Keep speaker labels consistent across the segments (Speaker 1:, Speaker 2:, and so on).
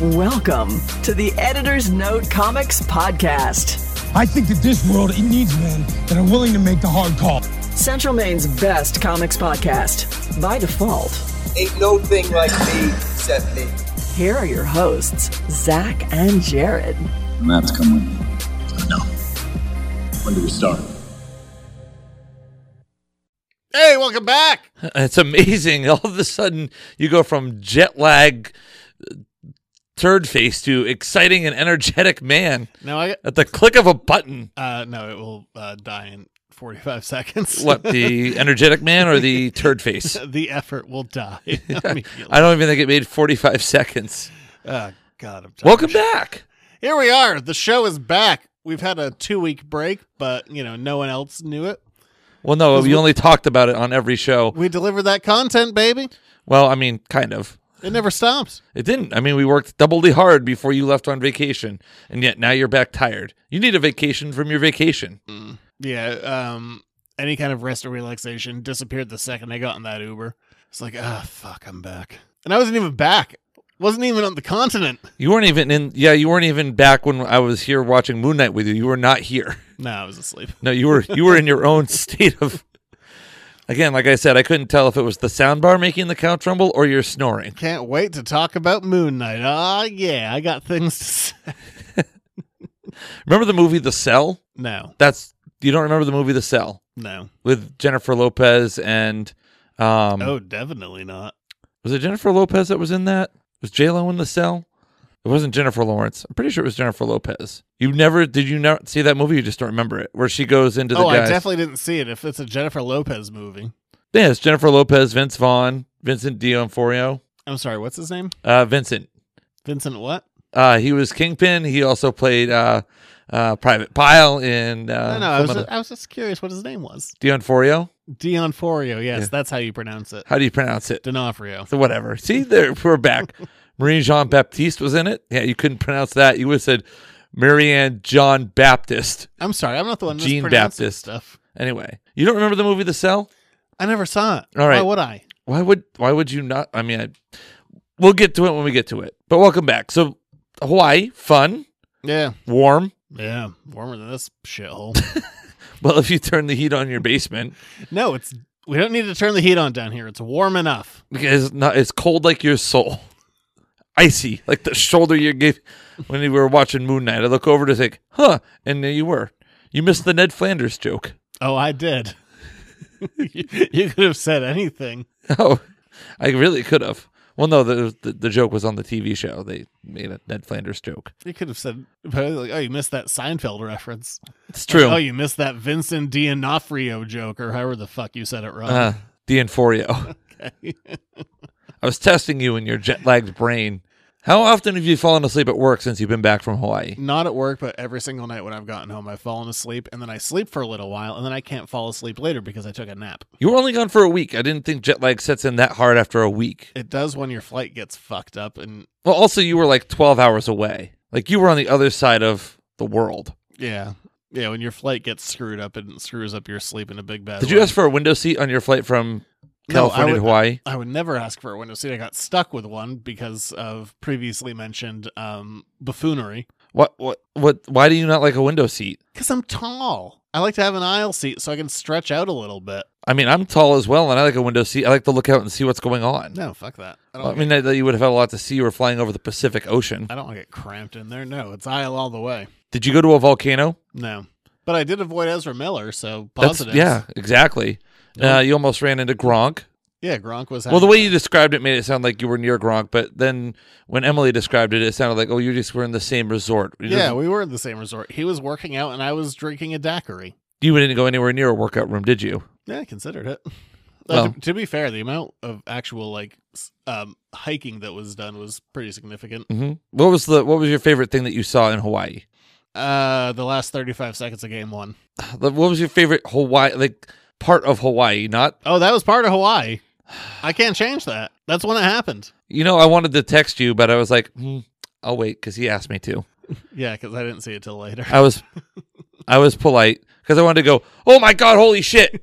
Speaker 1: Welcome to the Editor's Note Comics Podcast,
Speaker 2: I think that this world it needs men that are willing to make the hard call.
Speaker 1: Central Maine's best comics podcast. By default,
Speaker 3: Ain't no thing like me, except me.
Speaker 1: here are your hosts, Zach and Jared.
Speaker 4: Maps come with me. No. When do we start?
Speaker 5: Hey, welcome back.
Speaker 6: It's amazing. All of a sudden, you go from jet lag uh, turd face to exciting and energetic man
Speaker 5: Now I
Speaker 6: at the click of a button.
Speaker 5: uh no, it will uh, die in 45 seconds.
Speaker 6: What, the energetic man or the turd face?
Speaker 5: the effort will die. immediately.
Speaker 6: I don't even think it made 45 seconds.
Speaker 5: oh god, I'm tired.
Speaker 6: Welcome back.
Speaker 5: Here we are. The show is back. We've had a 2-week break, but you know, no one else knew it.
Speaker 6: Well, no, we only talked about it on every show.
Speaker 5: We delivered that content, baby.
Speaker 6: Well, I mean, kind of.
Speaker 5: It never stops.
Speaker 6: It didn't. I mean, we worked doubly hard before you left on vacation, and yet now you're back tired. You need a vacation from your vacation.
Speaker 5: Yeah, um any kind of rest or relaxation disappeared the second I got in that Uber. It's like, ah, fuck, I'm back. And I wasn't even back. Wasn't even on the continent.
Speaker 6: You weren't even in. Yeah, you weren't even back when I was here watching Moon Knight with you. You were not here.
Speaker 5: No, I was asleep.
Speaker 6: No, you were you were in your own state of. Again, like I said, I couldn't tell if it was the sound bar making the count tremble or you're snoring.
Speaker 5: Can't wait to talk about Moon Knight. Ah, yeah, I got things to say.
Speaker 6: Remember the movie The Cell?
Speaker 5: No,
Speaker 6: That's you don't remember the movie The Cell
Speaker 5: no.
Speaker 6: with Jennifer Lopez and um
Speaker 5: Oh, definitely not.
Speaker 6: was it Jennifer Lopez that was in that? Was J Lo in The Cell? It wasn't Jennifer Lawrence. I'm pretty sure it was Jennifer Lopez. You never did you not see that movie? You just don't remember it. Where she goes into the
Speaker 5: Oh, I
Speaker 6: guys.
Speaker 5: definitely didn't see it. If it's a Jennifer Lopez movie,
Speaker 6: yeah, it's Jennifer Lopez, Vince Vaughn, Vincent D'Onofrio,
Speaker 5: I'm sorry, what's his name?
Speaker 6: uh, Vincent.
Speaker 5: Vincent what?
Speaker 6: Uh, he was Kingpin. He also played uh, uh, Private Pyle in
Speaker 5: I
Speaker 6: uh,
Speaker 5: no, no, I was,
Speaker 6: some of
Speaker 5: just, I was just curious what his name was.
Speaker 6: the- D'Onofrio.
Speaker 5: Dion Forio. Yes, that's how you pronounce it.
Speaker 6: How do you pronounce it?
Speaker 5: D'Onofrio.
Speaker 6: So whatever. See, there we're back. Marie Jean Baptiste was in it. Yeah, you couldn't pronounce that. You would have said Marianne John Baptist.
Speaker 5: I'm sorry, I'm not the one
Speaker 6: Jean
Speaker 5: mispronouncing
Speaker 6: Baptist.
Speaker 5: stuff.
Speaker 6: Anyway, you don't remember the movie The Cell?
Speaker 5: I never saw it.
Speaker 6: All right.
Speaker 5: Why would I?
Speaker 6: Why would Why would you not? I mean, I, we'll get to it when we get to it. But welcome back. So Hawaii, fun,
Speaker 5: Yeah,
Speaker 6: warm.
Speaker 5: yeah, warmer than this shithole.
Speaker 6: Well, if you turn the heat on in your basement,
Speaker 5: no, it's we don't need to turn the heat on down here. It's warm enough.
Speaker 6: Because it's not it's cold like your soul. Icy, like the shoulder you gave when we were watching Moon Knight. I look over to think, huh, and there you were. You missed the Ned Flanders joke.
Speaker 5: Oh, I did. you you could have said anything.
Speaker 6: Oh, I really could have. Well, no, the, the the joke was on the TV show. They made a Ned Flanders joke.
Speaker 5: You could have said, like, "Oh, you missed that Seinfeld reference."
Speaker 6: It's true.
Speaker 5: Oh, you missed that Vincent D'Onofrio joke, or however the fuck you said it wrong.
Speaker 6: uh, the Inforio. I was testing you in your jet lagged brain. How often have you fallen asleep at work since you've been back from Hawaii?
Speaker 5: Not at work, but every single night when I've gotten home, I've fallen asleep, and then I sleep for a little while, and then I can't fall asleep later because I took a nap.
Speaker 6: You were only gone for a week. I didn't think jet lag sets in that hard after a week.
Speaker 5: It does when your flight gets fucked up, and
Speaker 6: Well, also you were like twelve hours away. Like you were on the other side of the world.
Speaker 5: yeah, yeah, when your flight gets screwed up and screws up your sleep in a big bad.
Speaker 6: Did
Speaker 5: way.
Speaker 6: you ask for a window seat on your flight from
Speaker 5: No, I
Speaker 6: California to
Speaker 5: would-
Speaker 6: Hawaii?
Speaker 5: I would never ask for a window seat. I got stuck with one because of previously mentioned um, buffoonery.
Speaker 6: What? What? What? Why do you not like a window seat?
Speaker 5: Because I'm tall. I like to have an aisle seat so I can stretch out a little bit.
Speaker 6: I mean, I'm tall as well, and I like a window seat. I like to look out and see what's going on.
Speaker 5: No, fuck that. I don't, Uh,
Speaker 6: Well, I
Speaker 5: like
Speaker 6: mean,
Speaker 5: it-
Speaker 6: I, you would have had a lot to see. You were flying over the Pacific Ocean.
Speaker 5: I don't want to get cramped in there. No, it's aisle all the way.
Speaker 6: Did you go to a volcano?
Speaker 5: No. But I did avoid Ezra Miller, so
Speaker 6: That's-
Speaker 5: positive.
Speaker 6: yeah, exactly. Uh, you almost ran into Gronk.
Speaker 5: Yeah, Gronk was
Speaker 6: Well, the
Speaker 5: having-
Speaker 6: way you described it made it sound like you were near Gronk, but then when Emily described it, it sounded like, oh, you just were in the same resort. It
Speaker 5: Yeah,
Speaker 6: doesn't-
Speaker 5: we were in the same resort. He was working out and I was drinking a daiquiri.
Speaker 6: You didn't go anywhere near a workout room, did you?
Speaker 5: Yeah, I considered it. Uh,
Speaker 6: Well-
Speaker 5: to, to be fair, the amount of actual like s- um, hiking that was done was pretty significant.
Speaker 6: hmm What was the What was your favorite thing that you saw in Hawaii?
Speaker 5: Uh, the last thirty-five seconds of game one.
Speaker 6: What was your favorite Hawaii like part of Hawaii? Not
Speaker 5: Oh, that was part of Hawaii. I can't change that. That's when it happened.
Speaker 6: you know I wanted to text you, but I was like, hmm, I'll wait because he asked me to.
Speaker 5: Yeah, because I didn't see it till later.
Speaker 6: I was I was polite because I wanted to go. Oh my god, holy shit!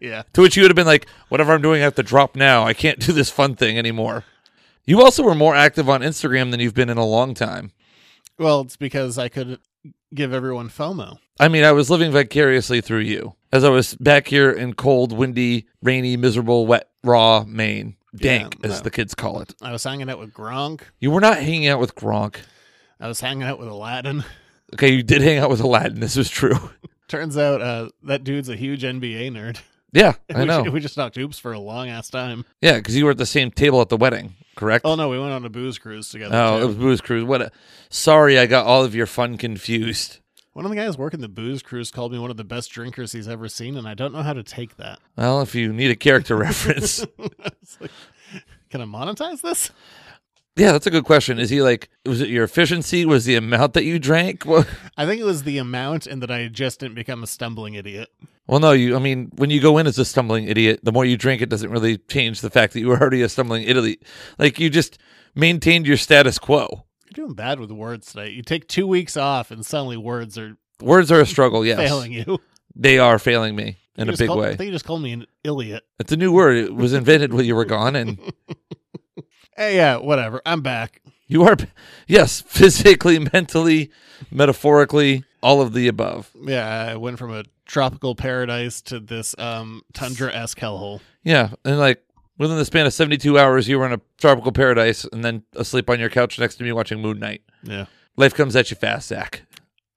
Speaker 5: yeah.
Speaker 6: to which you would have been like, whatever I'm doing, I have to drop now. I can't do this fun thing anymore. You also were more active on Instagram than you've been in a long time.
Speaker 5: Well, it's because I could give everyone FOMO.
Speaker 6: I mean, I was living vicariously through you as I was back here in cold, windy, rainy, miserable, wet, raw Maine. Dank,
Speaker 5: Yeah,
Speaker 6: as
Speaker 5: no.
Speaker 6: the kids call it.
Speaker 5: I was hanging out with Gronk.
Speaker 6: You were not hanging out with Gronk.
Speaker 5: I was hanging out with Aladdin.
Speaker 6: Okay, you did hang out with Aladdin. This is true.
Speaker 5: Turns out uh, that dude's a huge NBA nerd.
Speaker 6: Yeah,
Speaker 5: we,
Speaker 6: I know.
Speaker 5: We just talked hoops for a long ass time.
Speaker 6: Yeah, because you were at the same table at the wedding, correct?
Speaker 5: Oh no, we went on a booze cruise together.
Speaker 6: No,
Speaker 5: too.
Speaker 6: Oh, it was booze cruise. What? A, sorry, I got all of your fun confused.
Speaker 5: One of the guys working the booze cruise called me one of the best drinkers he's ever seen, and I don't know how to take that.
Speaker 6: Well, if you need a character reference,
Speaker 5: It's like, can I monetize this?
Speaker 6: yeah, that's a good question. Is he like? Was it your efficiency? Was the amount that you drank? Well,
Speaker 5: I think it was the amount and that I just didn't become a stumbling idiot.
Speaker 6: well, no. You, I mean, when you go in as a stumbling idiot, the more you drink, it doesn't really change the fact that you were already a stumbling idiot. Like you just maintained your status quo.
Speaker 5: You're doing bad with words today. You take two weeks off, and suddenly words are
Speaker 6: Words are a struggle. Yes,
Speaker 5: failing you.
Speaker 6: they are failing me
Speaker 5: You
Speaker 6: in a
Speaker 5: just
Speaker 6: big
Speaker 5: called-
Speaker 6: way.
Speaker 5: I think you just called me an idiot.
Speaker 6: It's a new word. It was invented while you were gone, and
Speaker 5: Hey, yeah, whatever. I'm back.
Speaker 6: you are, yes, physically, mentally, metaphorically, all of the above.
Speaker 5: Yeah, I went from a tropical paradise to this um, tundra esque hellhole.
Speaker 6: Yeah, and like within the span of seventy-two hours, you were in a tropical paradise, and then asleep on your couch next to me watching Moon Knight.
Speaker 5: Yeah.
Speaker 6: Life comes at you fast, Zach.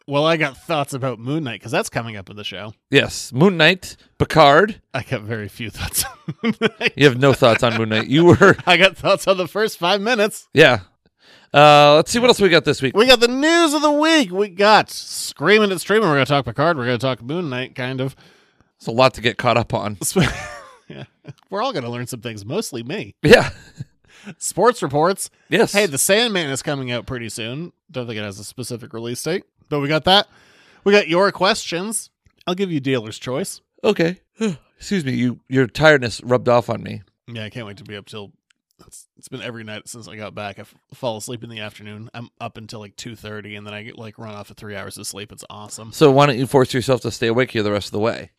Speaker 5: Well, I got thoughts about Moon Knight because that's coming up in the show.
Speaker 6: Yes, Moon Knight, Picard.
Speaker 5: I got very few thoughts on Moon Knight.
Speaker 6: You have no thoughts on Moon Knight. You were,
Speaker 5: I got thoughts on the first five minutes.
Speaker 6: yeah. Uh, let's see what else we got this week.
Speaker 5: We got the news of the week. We got Screaming at Streaming. We're going to talk Picard. We're going to talk Moon Knight, kind of.
Speaker 6: It's a lot to get caught up on.
Speaker 5: Sp- yeah. We're all going to learn some things, mostly me.
Speaker 6: Yeah.
Speaker 5: Sports reports.
Speaker 6: Yes.
Speaker 5: Hey, The Sandman is coming out pretty soon. Don't think it has a specific release date, but we got that. We got your questions. I'll give you dealer's choice.
Speaker 6: okay. Excuse me. You your tiredness rubbed off on me.
Speaker 5: Yeah, I can't wait to be up till. It's, it's been every night since I got back. I f- fall asleep in the afternoon. I'm up until like two thirty, and then I get like run off of three hours of sleep. It's awesome.
Speaker 6: So why don't you force yourself to stay awake here the rest of the way?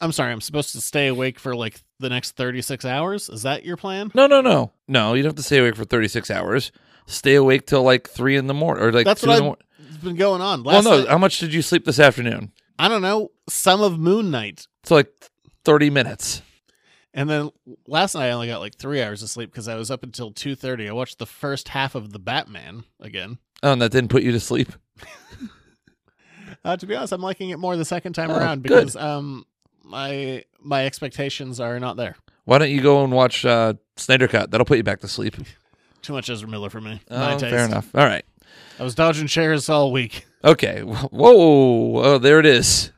Speaker 5: I'm sorry. I'm supposed to stay awake for like the next thirty six hours. Is that your plan?
Speaker 6: No, no, no, no. You don't have to stay awake for thirty six hours. Stay awake till like three in the morning or like
Speaker 5: That's
Speaker 6: two
Speaker 5: what
Speaker 6: in the
Speaker 5: I've
Speaker 6: morning.
Speaker 5: it's been going on.
Speaker 6: Well,
Speaker 5: Last
Speaker 6: no.
Speaker 5: night-
Speaker 6: How much did you sleep this afternoon?
Speaker 5: I don't know. Some of Moon Knight,
Speaker 6: It's like thirty minutes.
Speaker 5: and then last night I only got like three hours of sleep because I was up until two thirty. I watched the first half of the Batman again.
Speaker 6: Oh, and that didn't put you to sleep.
Speaker 5: Uh, to be honest, I'm liking it more the second time
Speaker 6: Oh,
Speaker 5: around
Speaker 6: good.
Speaker 5: because um my my expectations are not there.
Speaker 6: Why don't you go and watch uh, Snyder Cut? That'll put you back to sleep.
Speaker 5: Too much Ezra Miller for me. My
Speaker 6: Oh,
Speaker 5: taste.
Speaker 6: fair enough. All right.
Speaker 5: I was dodging chairs all week.
Speaker 6: Okay. Whoa. Oh, there it is.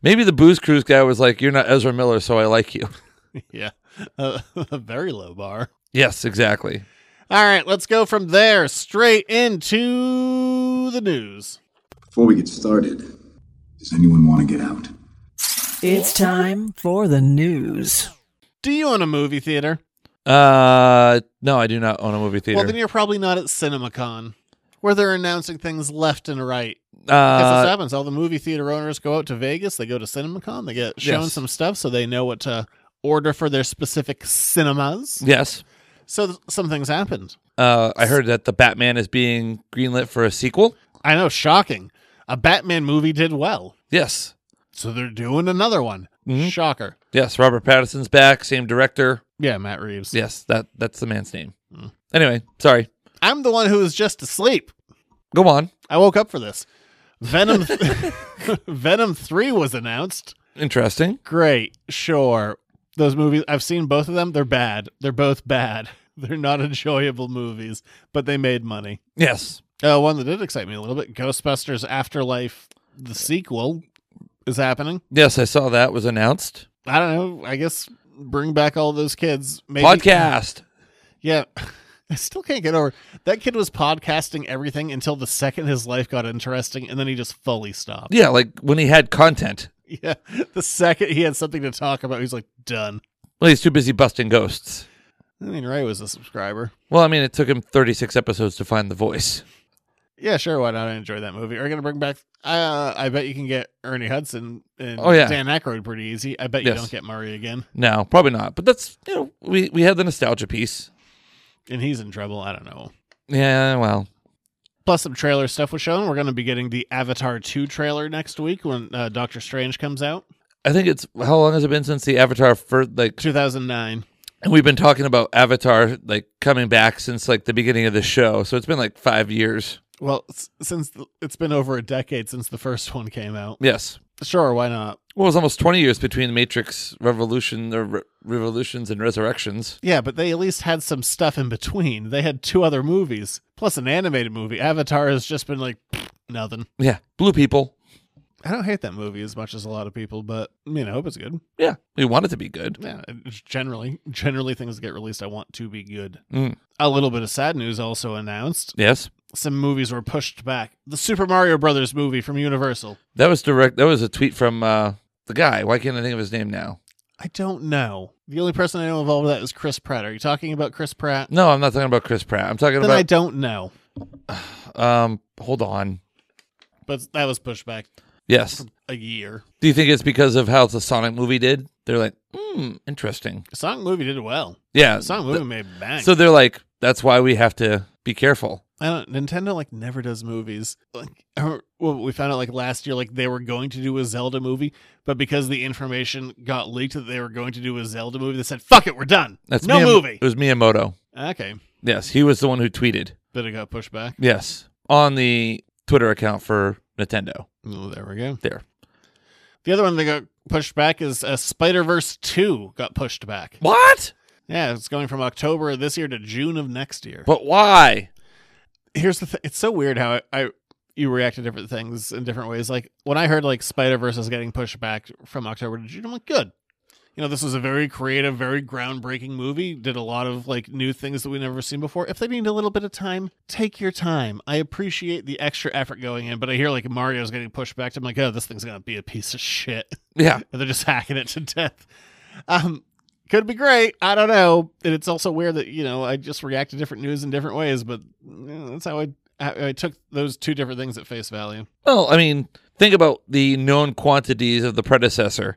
Speaker 6: Maybe the booze cruise guy was like, "You're not Ezra Miller, so I like you."
Speaker 5: yeah, uh, a very low bar.
Speaker 6: Yes, exactly.
Speaker 5: All right, let's go from there straight into the news.
Speaker 4: Before we get started, does anyone want to get out?
Speaker 1: It's time for the news.
Speaker 5: Do you own a movie theater?
Speaker 6: Uh, no, I do not own a movie theater.
Speaker 5: Well, then you're probably not at CinemaCon, where they're announcing things left and right. Because this
Speaker 6: uh,
Speaker 5: happens. All the movie theater owners go out to Vegas. They go to CinemaCon. They get shown
Speaker 6: Yes.
Speaker 5: some stuff, so they know what to order for their specific cinemas.
Speaker 6: yes.
Speaker 5: So th- some things happened.
Speaker 6: Uh, I heard that the Batman is being greenlit for a sequel.
Speaker 5: I know, shocking. A Batman movie did well,
Speaker 6: Yes,
Speaker 5: so they're doing another one.
Speaker 6: Mhm.
Speaker 5: Shocker.
Speaker 6: yes. Robert Pattinson's back, same director.
Speaker 5: Yeah, Matt Reeves.
Speaker 6: Yes, that that's the man's name. Anyway, sorry.
Speaker 5: I'm the one who was just asleep.
Speaker 6: Go on.
Speaker 5: I woke up for this. Venom Venom 3 was announced.
Speaker 6: Interesting.
Speaker 5: Great. Sure. Those movies I've seen both of them. They're bad. They're both bad. They're not enjoyable movies, but they made money.
Speaker 6: Yes.
Speaker 5: Uh, one that did excite me a little bit, Ghostbusters Afterlife, the sequel is happening.
Speaker 6: Yes, I saw that was announced.
Speaker 5: I don't know. I guess bring back all those kids. Maybe,
Speaker 6: Podcast.
Speaker 5: Yeah. I still can't get over that kid was podcasting everything until the second his life got interesting, and then he just fully stopped.
Speaker 6: Yeah, like when he had content.
Speaker 5: Yeah, the second he had something to talk about, he's like done.
Speaker 6: Well, he's too busy busting ghosts.
Speaker 5: I mean, Ray was a subscriber.
Speaker 6: Well, I mean, it took him 36 episodes to find the voice.
Speaker 5: Yeah, sure. Why not? I enjoy that movie. Are you gonna bring back? Uh, I bet you can get Ernie Hudson and
Speaker 6: Oh, yeah.
Speaker 5: Dan Aykroyd pretty easy. I bet you
Speaker 6: Yes.
Speaker 5: don't get Murray again.
Speaker 6: No, probably not. But that's you know, we we had the nostalgia piece.
Speaker 5: and he's in trouble. I don't know.
Speaker 6: Yeah, well,
Speaker 5: Plus, some trailer stuff was shown. We're going to be getting the Avatar 2 trailer next week when uh, Doctor Strange comes out.
Speaker 6: I think it's how long has it been since the Avatar first like
Speaker 5: 2009.
Speaker 6: and we've been talking about Avatar like coming back since like the beginning of the show. So it's been like 5 years.
Speaker 5: Well, s- since the, it's been over a decade since the first one came out.
Speaker 6: Yes.
Speaker 5: Sure, why not?
Speaker 6: Well, it was almost 20 years between Matrix Revolution or Re- Revolutions and Resurrections.
Speaker 5: Yeah, but they at least had some stuff in between. They had two other movies, plus an animated movie. Avatar has just been like pfft, nothing.
Speaker 6: Yeah, blue people.
Speaker 5: I don't hate that movie as much as a lot of people, but you know, I hope it's good.
Speaker 6: Yeah, we want it to be good.
Speaker 5: Yeah, it's generally, generally things that get released, I want to be good.
Speaker 6: Mm.
Speaker 5: A little bit of sad news also announced.
Speaker 6: Yes.
Speaker 5: Some movies were pushed back. The Super Mario Brothers movie from Universal.
Speaker 6: That was direct that was a tweet from uh the guy. Why can't I think of his name now?
Speaker 5: I don't know. The only person I know involved with that is Chris Pratt. Are you talking about Chris Pratt?
Speaker 6: No, I'm not talking about Chris Pratt. I'm talking
Speaker 5: Then I don't know.
Speaker 6: about um hold on.
Speaker 5: But that was pushed back
Speaker 6: Yes.
Speaker 5: a year.
Speaker 6: Do you think it's because of how the Sonic movie did? They're like, hmm, interesting.
Speaker 5: The Sonic movie did well.
Speaker 6: Yeah.
Speaker 5: The Sonic movie made bang.
Speaker 6: So they're like, that's why we have to be careful.
Speaker 5: I don't. Nintendo like never does movies. Like I remember- well, we found out like last year, like they were going to do a Zelda movie, but because the information got leaked that they were going to do a Zelda movie, they said, "Fuck it, we're done.
Speaker 6: That's
Speaker 5: no
Speaker 6: Miyam-
Speaker 5: movie."
Speaker 6: It was Miyamoto.
Speaker 5: Okay,
Speaker 6: Yes, he was the one who tweeted.
Speaker 5: but it got pushed back.
Speaker 6: Yes, on the Twitter account for Nintendo.
Speaker 5: Oh, there we go.
Speaker 6: There.
Speaker 5: The other one that got pushed back is uh, Spider Verse Two got pushed back.
Speaker 6: What?
Speaker 5: Yeah, it's going from October of this year to June of next year.
Speaker 6: But why?
Speaker 5: here's the thing. It's so weird how I, I you react to different things in different ways. Like when I heard like Spider Verse is getting pushed back from October to June, I'm like, good. You know, this was a very creative, very groundbreaking movie. Did a lot of like new things that we never seen before. If they need a little bit of time, take your time. I appreciate the extra effort going in, but I hear like Mario's getting pushed back. I'm like, oh, this thing's gonna be a piece of shit.
Speaker 6: Yeah,
Speaker 5: And they're just hacking it to death. Um, could be great. I don't know. And it's also weird that you know I just react to different news in different ways, but eh, that's how I how I took those two different things at face value.
Speaker 6: Well, I mean, think about the known quantities of the predecessor.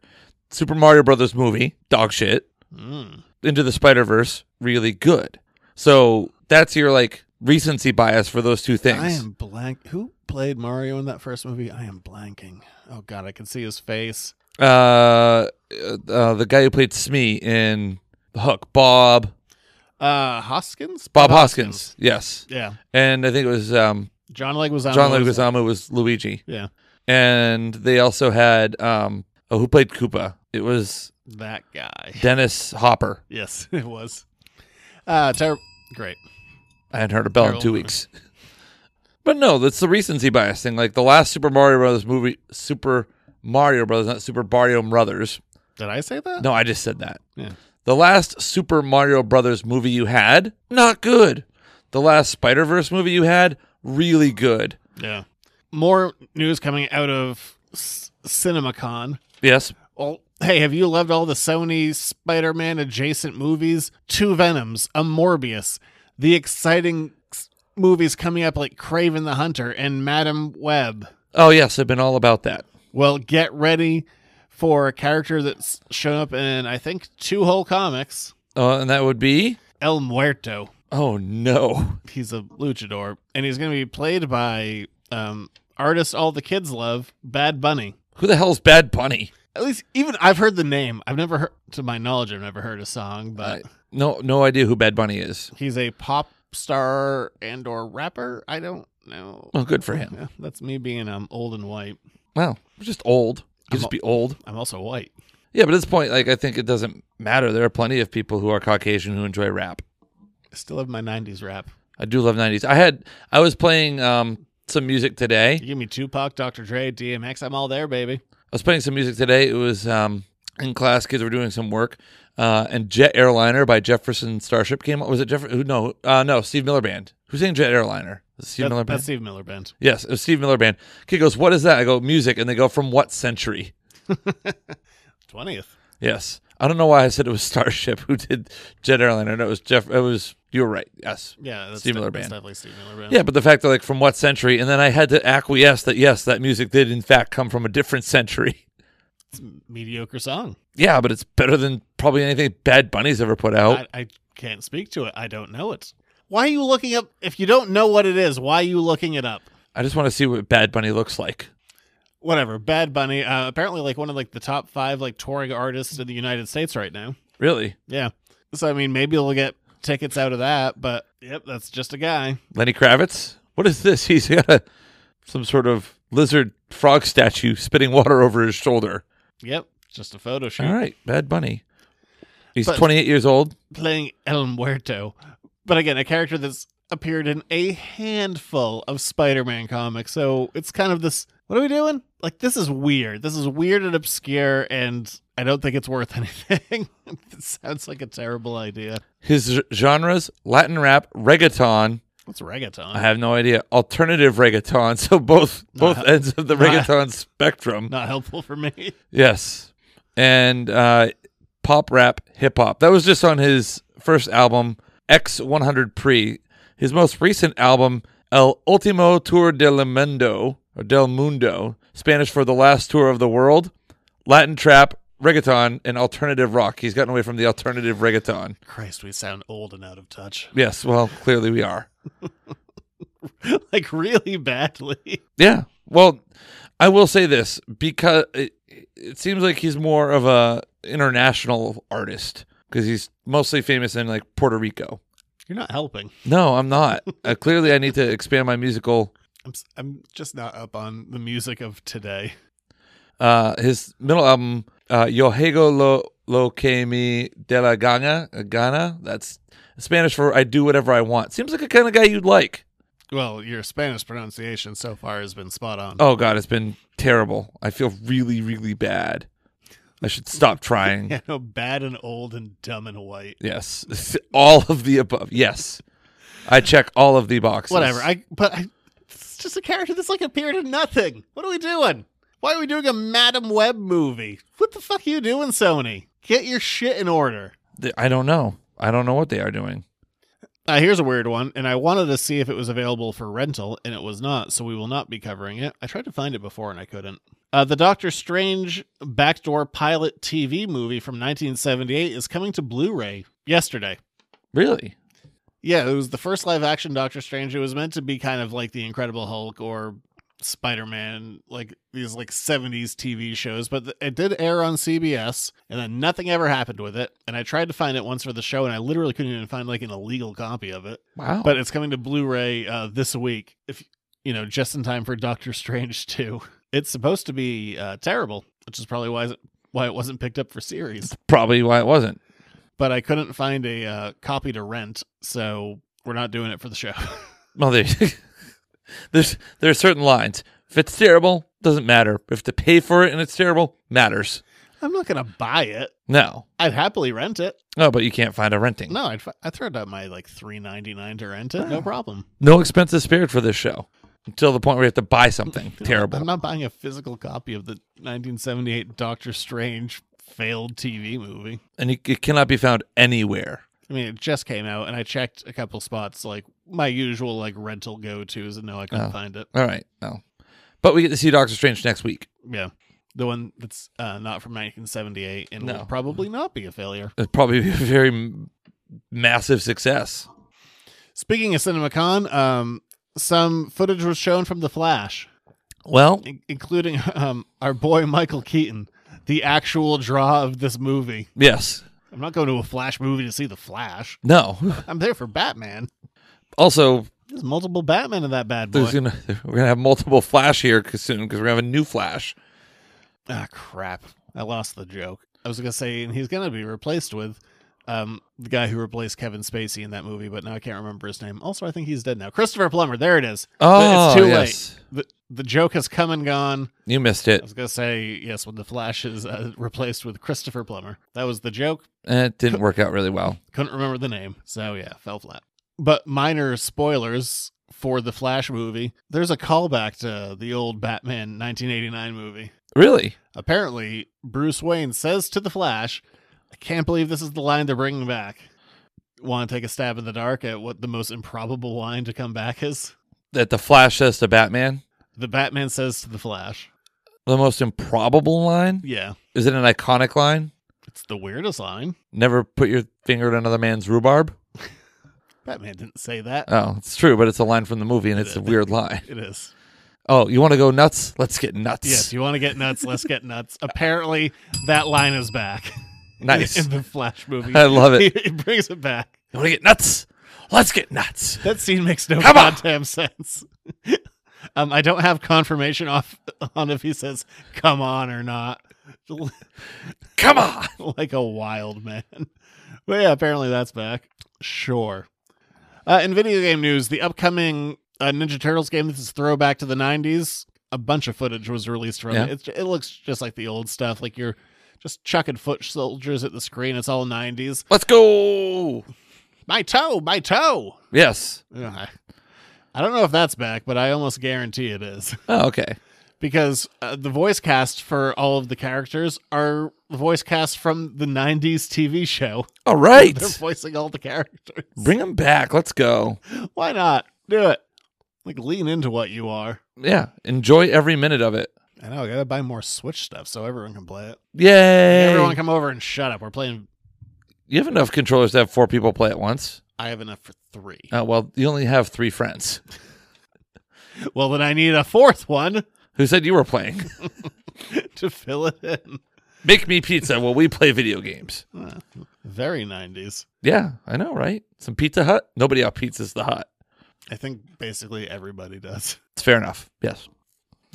Speaker 6: Super Mario Brothers movie, dog shit.
Speaker 5: Hmm.
Speaker 6: Into the Spider Verse, really good. So that's your like recency bias for those two things.
Speaker 5: I am blank. Who played Mario in that first movie? I am blanking. Oh God, I can see his face.
Speaker 6: Uh, uh, the guy who played Smee in The Hook, Bob
Speaker 5: Uh, Hoskins.
Speaker 6: Bob Hoskins. Yes,
Speaker 5: Yeah,
Speaker 6: and I think it was um,
Speaker 5: John Leguizamo.
Speaker 6: John
Speaker 5: was-
Speaker 6: Leguizamo was Luigi,
Speaker 5: Yeah,
Speaker 6: and they also had um, oh, who played Koopa? It was
Speaker 5: that guy.
Speaker 6: Dennis Hopper.
Speaker 5: Yes, it was. Uh, ter- great.
Speaker 6: I hadn't heard a bell in
Speaker 5: Harold.
Speaker 6: two weeks. but no, that's the recency bias thing. Like the last Super Mario Brothers movie, Super Mario Brothers, not Super Mario Brothers.
Speaker 5: Did I say that?
Speaker 6: No, I just said that.
Speaker 5: Yeah.
Speaker 6: The last Super Mario Brothers movie you had, not good. The last Spider Verse movie you had, really good.
Speaker 5: Yeah. More news coming out of S- CinemaCon.
Speaker 6: Yes.
Speaker 5: Well, hey, have you loved all the Sony Spider Man adjacent movies? Two Venoms, a Morbius, the exciting s- movies coming up like Craven the Hunter and Madam Web.
Speaker 6: Oh yes, I've been all about that.
Speaker 5: Well, get ready for a character that's shown up in, I think, two whole comics
Speaker 6: Uh, and that would be.
Speaker 5: El Muerto.
Speaker 6: Oh no.
Speaker 5: He's a luchador, and he's going to be played by um, artist all the kids love, Bad Bunny.
Speaker 6: Who the hell's Bad Bunny?
Speaker 5: At least, even I've heard the name. I've never heard, to my knowledge, I've never heard a song, but
Speaker 6: I- no, no idea who Bad Bunny is.
Speaker 5: he's a pop star and or rapper. I don't know.
Speaker 6: Well, good for him.
Speaker 5: Yeah, that's me being um old and white.
Speaker 6: Well, we're just old. You
Speaker 5: I'm
Speaker 6: just
Speaker 5: al-
Speaker 6: be old.
Speaker 5: I'm also white.
Speaker 6: Yeah, but at this point, like I think it doesn't matter. There are plenty of people who are Caucasian who enjoy rap.
Speaker 5: I still have my '90s rap.
Speaker 6: I do love '90s. I had I was playing um, some music today.
Speaker 5: You give me Tupac, Dr. Dre, DMX. I'm all there, baby.
Speaker 6: I was playing some music today. It was um, in class. Kids were doing some work, uh, and Jet Airliner by Jefferson Starship came. out. Was it Jeff? Who? No, uh, no. Steve Miller Band. Who sang Jet Airliner? Was it Steve
Speaker 5: That-
Speaker 6: Miller Band.
Speaker 5: that's Steve Miller Band.
Speaker 6: yes, it was Steve Miller Band. Kid goes, "What is that?" I go, "Music," and they go, "From what century?"
Speaker 5: Twentieth.
Speaker 6: Yes. I don't know why I said it was Starship who did Jet Airliner. No, it was Jeff. It was. You were right. Yes.
Speaker 5: Yeah, that's
Speaker 6: Steve Miller
Speaker 5: de- that's
Speaker 6: Band.
Speaker 5: definitely Steve Miller Band.
Speaker 6: Yeah, but the fact that like from what century, and then I had to acquiesce that yes, that music did in fact come from a different century.
Speaker 5: Mediocre song.
Speaker 6: Yeah, but it's better than probably anything Bad Bunny's ever put out.
Speaker 5: I, I can't speak to it. I don't know it. Why are you looking up if you don't know what it is? Why are you looking it up?
Speaker 6: I just want to see what Bad Bunny looks like.
Speaker 5: Whatever. Bad Bunny, uh, apparently like one of like the top five like touring artists in the United States right now.
Speaker 6: Really?
Speaker 5: Yeah. So I mean, maybe we'll get tickets out of that. But yep, that's just a guy.
Speaker 6: Lenny Kravitz? What is this? He's got a, some sort of lizard frog statue spitting water over his shoulder.
Speaker 5: Yep, just a photo shoot.
Speaker 6: All right, Bad Bunny. He's
Speaker 5: But-
Speaker 6: 28 years old.
Speaker 5: playing El Muerto, but again, a character that's appeared in a handful of Spider-Man comics. So it's kind of this. What are we doing? Like this is weird. This is weird and obscure, and I don't think it's worth anything. it sounds like a terrible idea.
Speaker 6: His g- genres Latin rap, reggaeton.
Speaker 5: What's reggaeton?
Speaker 6: I have no idea. Alternative reggaeton. So both both ends of the reggaeton spectrum.
Speaker 5: Not helpful for me.
Speaker 6: Yes. And uh, pop rap, hip hop. That was just on his first album, X100 Pre. His most recent album, El Ultimo Tour del Mundo, or Del Mundo, Spanish for the last tour of the world, Latin trap, reggaeton, and alternative rock. He's gotten away from the alternative reggaeton.
Speaker 5: Christ, we sound old and out of touch.
Speaker 6: Yes, well, clearly we are.
Speaker 5: like really badly.
Speaker 6: Yeah. Well, I will say this because it, it seems like he's more of a international artist because he's mostly famous in like Puerto Rico.
Speaker 5: You're not helping.
Speaker 6: No, I'm not. uh, clearly, I need to expand my musical.
Speaker 5: I'm s- I'm just not up on the music of today.
Speaker 6: Uh, his middle album, uh, Yo Hago lo, lo que me de la gana, uh, gana. That's Spanish for I do whatever I want. Seems like a kind of guy you'd like.
Speaker 5: Well, your Spanish pronunciation so far has been spot on.
Speaker 6: Oh God, it's been terrible. I feel really, really bad. I should stop trying.
Speaker 5: Yeah, no, bad and old and dumb and white.
Speaker 6: Yes. all of the above. Yes. I check all of the boxes.
Speaker 5: Whatever. I but I, it's just a character that's like appeared in nothing. What are we doing? Why are we doing a Madam Web movie? What the fuck are you doing, Sony? Get your shit in order.
Speaker 6: Th- I don't know. I don't know what they are doing.
Speaker 5: Uh, here's a weird one, and I wanted to see if it was available for rental, and it was not, so we will not be covering it. I tried to find it before and I couldn't. Uh, the Doctor Strange backdoor pilot TV movie from 1978 is coming to Blu ray yesterday.
Speaker 6: Really?
Speaker 5: Yeah, it was the first live action Doctor Strange. It was meant to be kind of like the Incredible Hulk or Spider Man, like these like seventies TV shows. But th- it did air on CBS, and then nothing ever happened with it. And I tried to find it once for the show, and I literally couldn't even find like an illegal copy of it.
Speaker 6: Wow.
Speaker 5: But it's coming to Blu-ray uh, this week. If you know, just in time for Doctor Strange two. It's supposed to be uh, terrible, which is probably why why it wasn't picked up for series
Speaker 6: probably why it wasn't.
Speaker 5: but I couldn't find a uh, copy to rent, so we're not doing it for the show.
Speaker 6: Well, there, there's there are certain lines. If it's terrible, doesn't matter. If to pay for it and it's terrible, matters.
Speaker 5: I'm not gonna buy it.
Speaker 6: No.
Speaker 5: I'd happily rent it.
Speaker 6: No, Oh, but you can't find a renting.
Speaker 5: No, I'd fi- I throw out my like three ninety nine to rent it. No problem.
Speaker 6: No expenses spared for this show until the point where you have to buy something terrible.
Speaker 5: I'm not buying a physical copy of the 1978 Doctor Strange failed TV movie.
Speaker 6: and it, it cannot be found anywhere.
Speaker 5: I mean, it just came out, and I checked a couple spots, like my usual like rental go tos, and no, I couldn't
Speaker 6: Oh.
Speaker 5: find it.
Speaker 6: All right. No. But we get to see Doctor Strange next week.
Speaker 5: Yeah, the one that's uh, not from 1978 and
Speaker 6: No.
Speaker 5: will probably not be a failure.
Speaker 6: It'd probably be a very m- massive success.
Speaker 5: Speaking of CinemaCon, um, some footage was shown from The Flash,
Speaker 6: Well,
Speaker 5: in- including um, our boy Michael Keaton, the actual draw of this movie.
Speaker 6: yes.
Speaker 5: I'm not going to a Flash movie to see The Flash.
Speaker 6: No.
Speaker 5: I'm there for Batman.
Speaker 6: Also,
Speaker 5: There's multiple Batman in that bad boy.
Speaker 6: there's gonna we're gonna have multiple Flash here 'cause soon because we're gonna have a new Flash.
Speaker 5: ah, crap. I lost the joke. I was going to say, and he's going to be replaced with um, the guy who replaced Kevin Spacey in that movie, but now I can't remember his name. Also, I think he's dead now. Christopher Plummer. There it is.
Speaker 6: Oh,
Speaker 5: it's too
Speaker 6: yes.
Speaker 5: late. The, the joke has come and gone.
Speaker 6: You missed
Speaker 5: I
Speaker 6: it.
Speaker 5: was gonna say yes when the Flash is uh, replaced with Christopher Plummer. That was the joke.
Speaker 6: Eh, It didn't work out really well.
Speaker 5: Couldn't remember the name, so yeah, fell flat. But minor spoilers for the Flash movie. There's a callback to the old Batman 1989 movie.
Speaker 6: Really?
Speaker 5: Apparently, Bruce Wayne says to the Flash, "I can't believe this is the line they're bringing back." Want to take a stab in the dark at what the most improbable line to come back is?
Speaker 6: That the Flash says to Batman
Speaker 5: The Batman says to the Flash,
Speaker 6: the most improbable line.
Speaker 5: "Yeah,
Speaker 6: Is it an iconic line?
Speaker 5: It's the weirdest line.
Speaker 6: Never put your finger in another man's rhubarb.
Speaker 5: Batman didn't say that.
Speaker 6: Oh, it's true, but it's a line from the movie, and it's a weird line.
Speaker 5: It is.
Speaker 6: Oh, you want to go nuts? Let's get nuts.
Speaker 5: Yes, you want to get nuts? Let's get nuts. Apparently, that line is back.
Speaker 6: Nice.
Speaker 5: in the Flash movie.
Speaker 6: I love it.
Speaker 5: He brings it back.
Speaker 6: You want to get nuts? Let's get nuts.
Speaker 5: That scene makes no
Speaker 6: Come on.
Speaker 5: goddamn sense. um, I don't have confirmation off on if he says "come on" or not,
Speaker 6: Come on.
Speaker 5: like a wild man. But yeah, apparently that's back. Sure. Uh, in video game news, the upcoming uh, Ninja Turtles game. This is throwback to the '90s. A bunch of footage was released from
Speaker 6: Yeah.
Speaker 5: it. It's, it looks just like the old stuff. Like you're just chucking foot soldiers at the screen. It's all '90s.
Speaker 6: Let's go.
Speaker 5: My toe, my toe.
Speaker 6: Yes.
Speaker 5: Yeah, I, I don't know if that's back, but I almost guarantee it is
Speaker 6: Oh, okay.
Speaker 5: because uh, the voice cast for all of the characters are the voice cast from the '90s TV show.
Speaker 6: All right.
Speaker 5: They're voicing all the characters.
Speaker 6: Bring them back. Let's go.
Speaker 5: Why not do it? Like lean into what you are.
Speaker 6: Yeah. Enjoy every minute of it.
Speaker 5: I know I gotta buy more Switch stuff so everyone can play it.
Speaker 6: Yay.
Speaker 5: Everyone, come over and shut up. We're playing.
Speaker 6: you have enough controllers to have four people play at once.
Speaker 5: I have enough for three.
Speaker 6: Uh, well, you only have three friends.
Speaker 5: Well, then I need a fourth one
Speaker 6: Who said you were playing?
Speaker 5: to fill it in.
Speaker 6: Make me pizza while we play video games.
Speaker 5: Very '90s.
Speaker 6: Yeah, I know, right? Some Pizza Hut. Nobody out pizzas the hut.
Speaker 5: I think basically everybody does.
Speaker 6: It's fair enough. Yes.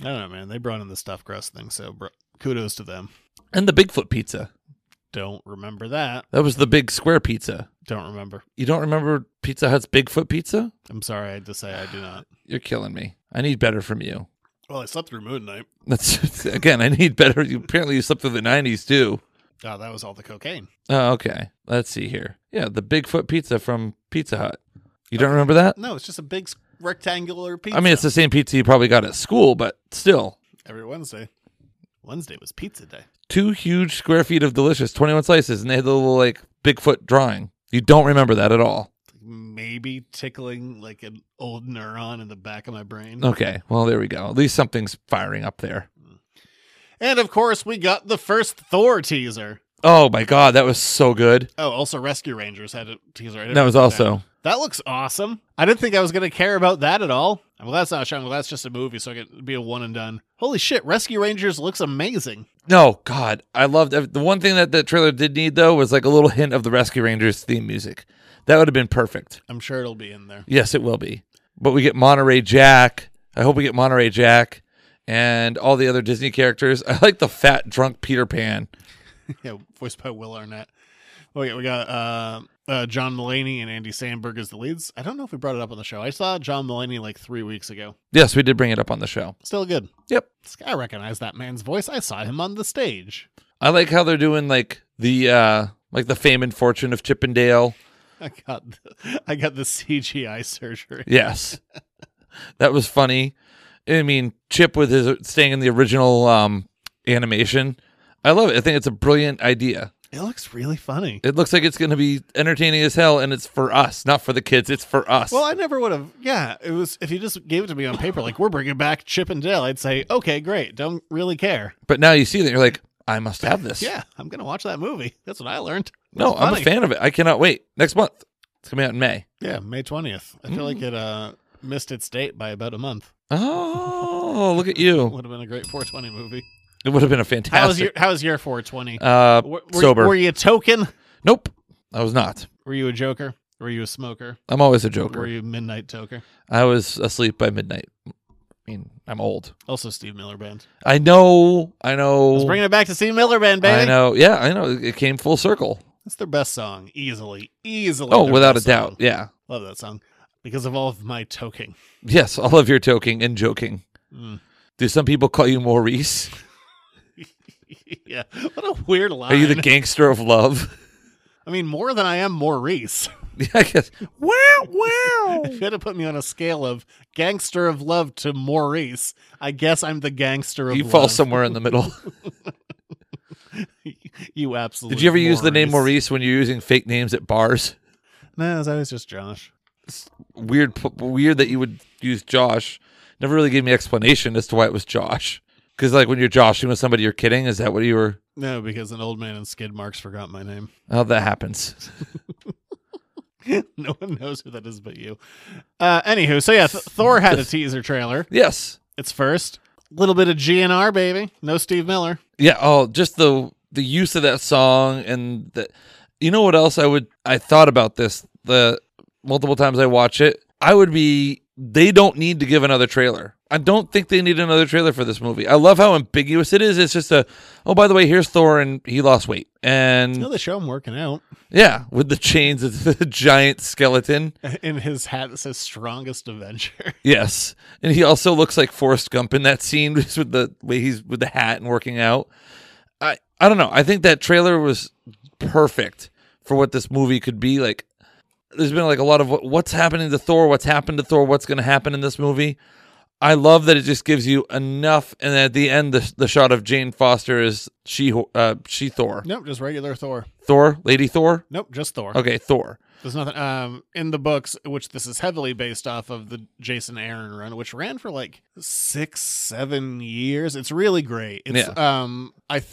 Speaker 5: I don't know, man. They brought in the stuffed crust thing, so bro- kudos to them.
Speaker 6: And the Bigfoot pizza.
Speaker 5: Don't remember that.
Speaker 6: That was the big square pizza.
Speaker 5: Don't remember.
Speaker 6: You don't remember Pizza Hut's Bigfoot pizza?
Speaker 5: I'm sorry. I had to say I do not.
Speaker 6: You're killing me. I need better from you.
Speaker 5: Well, I slept through Moon Knight.
Speaker 6: That's again. I need better. You, apparently, you slept through the '90s too.
Speaker 5: Oh, that was all the cocaine.
Speaker 6: Oh, okay. Let's see here. Yeah, the Bigfoot pizza from Pizza Hut. You don't remember that?
Speaker 5: No, it's just a big s- rectangular pizza.
Speaker 6: I mean, it's the same pizza you probably got at school, but still,
Speaker 5: every Wednesday. Wednesday was pizza day.
Speaker 6: two huge square feet of delicious, twenty-one slices, and they had the little like Bigfoot drawing. You don't remember that at all.
Speaker 5: Maybe tickling like an old neuron in the back of my brain.
Speaker 6: Okay, well there we go. At least something's firing up there.
Speaker 5: And of course, we got the first Thor teaser.
Speaker 6: Oh my god, that was so good.
Speaker 5: Oh, also Rescue Rangers had a teaser. I didn't
Speaker 6: That was
Speaker 5: write down.
Speaker 6: also
Speaker 5: That looks awesome. I didn't think I was going to care about that at all. Well, that's not a show. Well, that's just a movie, so it could be a one and done. Holy shit, Rescue Rangers looks amazing.
Speaker 6: no god. I loved the one thing that the trailer did need though was like a little hint of the Rescue Rangers theme music. That would have been perfect.
Speaker 5: I'm sure it'll be in there.
Speaker 6: Yes, it will be. But we get Monterey Jack. I hope we get Monterey Jack and all the other Disney characters. I like the fat drunk Peter Pan.
Speaker 5: yeah, voiced by Will Arnett. Okay, we got uh, uh, John Mulaney and Andy Sandberg as the leads. I don't know if we brought it up on the show. I saw John Mulaney like three weeks ago.
Speaker 6: Yes, we did bring it up on the show.
Speaker 5: Still good.
Speaker 6: Yep.
Speaker 5: I recognize that man's voice. I saw him on the stage.
Speaker 6: I like how they're doing like the uh like the fame and fortune of Chippendale.
Speaker 5: I got, the, I got the CGI surgery.
Speaker 6: Yes. that was funny. I mean, Chip with his staying in the original um animation. I love it. I think it's a brilliant idea.
Speaker 5: It looks really funny.
Speaker 6: It looks like it's going to be entertaining as hell and it's for us, not for the kids. It's for us.
Speaker 5: Well, I never would have. Yeah, it was if you just gave it to me on paper, like we're bringing back Chip and Dale. I'd say, okay, great. Don't really care.
Speaker 6: But now you see that you're like, I must have this.
Speaker 5: Yeah, I'm gonna watch that movie. That's what I learned.
Speaker 6: No,
Speaker 5: It's
Speaker 6: I'm a
Speaker 5: funny.
Speaker 6: fan of it. I cannot wait. Next month. It's coming out in May.
Speaker 5: Yeah, May twentieth. I feel
Speaker 6: Mm.
Speaker 5: like it uh missed its date by about a month.
Speaker 6: Oh, look at you.
Speaker 5: Would have been a great 420 movie.
Speaker 6: It would have been a
Speaker 5: How was your
Speaker 6: fantastic.
Speaker 5: How was your 420?
Speaker 6: uh,
Speaker 5: Were- were,
Speaker 6: sober.
Speaker 5: Were you a token?
Speaker 6: nope. I was not.
Speaker 5: Were you a joker? Were you a smoker?
Speaker 6: I'm always a joker.
Speaker 5: Were you a midnight toker?
Speaker 6: I was asleep by midnight. I mean, I'm old.
Speaker 5: Also, Steve Miller Band.
Speaker 6: I know. I know.
Speaker 5: Let's bring it back to Steve Miller Band, baby.
Speaker 6: I know. Yeah, I know. It came full circle.
Speaker 5: That's their best song, easily, easily.
Speaker 6: Oh,
Speaker 5: their
Speaker 6: without a
Speaker 5: best
Speaker 6: doubt.
Speaker 5: song.
Speaker 6: Yeah.
Speaker 5: Love that song because of all of my toking.
Speaker 6: Yes, all of your toking and joking.
Speaker 5: Mm.
Speaker 6: Do some people call you Maurice?
Speaker 5: yeah. What a weird line.
Speaker 6: Are you the gangster of love?
Speaker 5: I mean, more than I am Maurice.
Speaker 6: yeah, I guess. Wow, wow.
Speaker 5: if you had to put me on a scale of gangster of love to Maurice, I guess I'm the gangster of
Speaker 6: you
Speaker 5: love.
Speaker 6: fall somewhere in the middle.
Speaker 5: you absolutely.
Speaker 6: Did you ever use the name Maurice when you're using fake names at bars?
Speaker 5: No, it's always just Josh.
Speaker 6: Weird, p- weird that you would use Josh. Never really gave me explanation as to why it was Josh. Because like when you're joshing with somebody, you're kidding. Is that what you were?
Speaker 5: No, because an old man in skid marks forgot my name.
Speaker 6: How that happens?
Speaker 5: no one knows who that is but you. Uh, anywho, so yeah, Th- Thor had a teaser trailer.
Speaker 6: Yes.
Speaker 5: It's first. Little bit of GNR, baby. No Steve Miller.
Speaker 6: Yeah. Oh, just the the use of that song and the, you know what else I would I thought about this the multiple times I watch it. I would be they don't need to give another trailer. I don't think they need another trailer for this movie. I love how ambiguous it is. It's just a oh by the way here's Thor and he lost weight and
Speaker 5: You know, they show him working out
Speaker 6: yeah with the chains of the giant skeleton
Speaker 5: in his hat that says strongest Avenger.
Speaker 6: yes and he also looks like Forrest Gump in that scene just with the way he's with the hat and working out. I I don't know. I think that trailer was perfect for what this movie could be like there's been like a lot of what- what's happening to Thor, what's happened to Thor, what's going to happen in this movie. I love that it just gives you enough, and at the end, the, the shot of Jane Foster is she, uh, she Thor,
Speaker 5: Nope, just regular Thor.
Speaker 6: Thor, Lady Thor.
Speaker 5: Nope, just Thor.
Speaker 6: Okay, Thor.
Speaker 5: There's nothing um in the books, which this is heavily based off of the Jason Aaron run, which ran for like six, seven years. It's really great. It's um I th-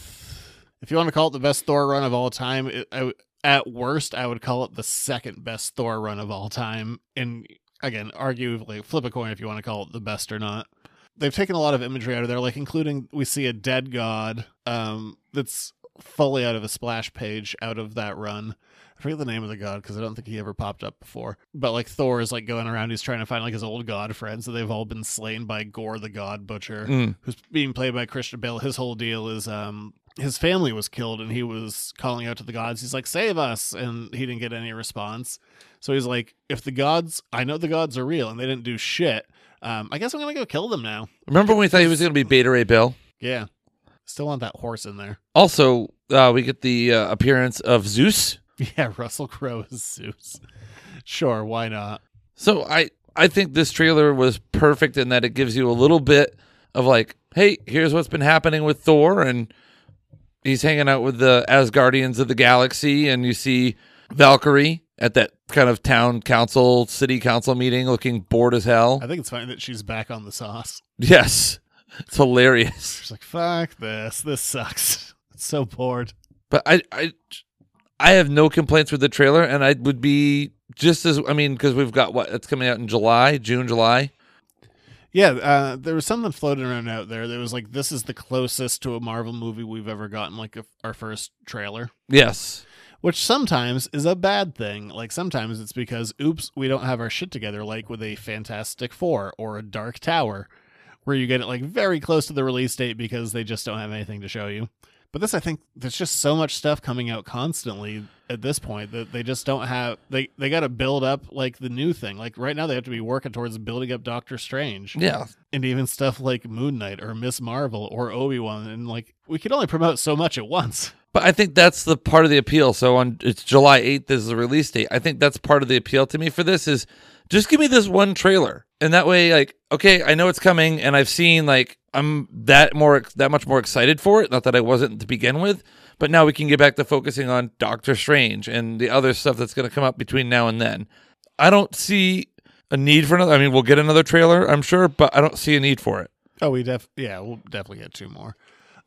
Speaker 5: if you want to call it the best Thor run of all time, it, I w at worst I would call it the second best Thor run of all time. And again, arguably flip a coin if you want to call it the best or not. They've taken a lot of imagery out of there, like including we see a dead god um that's fully out of a splash page out of that run. I forget the name of the god because I don't think he ever popped up before. But like Thor is like going around, he's trying to find like his old god friends that they've all been slain by Gore the God Butcher,
Speaker 6: Mm.
Speaker 5: who's being played by Christian Bale. His whole deal is um his family was killed and he was calling out to the gods. He's like, "Save us!" and he didn't get any response. So he's like, "If the gods, I know the gods are real and they didn't do shit. Um, I guess I'm gonna go kill them now."
Speaker 6: Remember when we thought he was going to be Beta Ray Bill?
Speaker 5: Yeah, still want that horse in there.
Speaker 6: Also, uh, we get the uh, appearance of Zeus.
Speaker 5: Yeah, Russell Crowe is Zeus. Sure, why not?
Speaker 6: So I I think this trailer was perfect in that it gives you a little bit of like, hey, here's what's been happening with Thor, and he's hanging out with the Asgardians of the galaxy, and you see Valkyrie at that kind of town council, city council meeting, looking bored as hell.
Speaker 5: I think it's funny that she's back on the sauce.
Speaker 6: Yes, it's hilarious.
Speaker 5: She's like, fuck this. This sucks. so bored.
Speaker 6: But I I I have no complaints with the trailer, and I would be just as I mean because we've got what it's coming out in July, June, July.
Speaker 5: Yeah, uh, there was something floating around out there that was like, this is the closest to a Marvel movie we've ever gotten, like a, our first trailer,
Speaker 6: Yes.
Speaker 5: which sometimes is a bad thing. Like, sometimes it's because, oops, we don't have our shit together, like with a Fantastic Four or a Dark Tower, where you get it like very close to the release date because they just don't have anything to show you. But this, I think, there's just so much stuff coming out constantly at this point that they just don't have. They they got to build up like the new thing. Like right now, they have to be working towards building up Doctor Strange,
Speaker 6: Yeah.
Speaker 5: and even stuff like Moon Knight or Miss Marvel or Obi Wan. And like we could only promote so much at once.
Speaker 6: But I think that's the part of the appeal. So on it's July 8th is the release date. I think that's part of the appeal to me for this is just give me this one trailer. And that way like okay, I know it's coming and I've seen like I'm that more that much more excited for it. Not that I wasn't to begin with, but now we can get back to focusing on Doctor Strange and the other stuff that's going to come up between now and then. I don't see a need for another I mean, we'll get another trailer, I'm sure, but I don't see a need for it.
Speaker 5: Oh, we def yeah, we'll definitely get two more.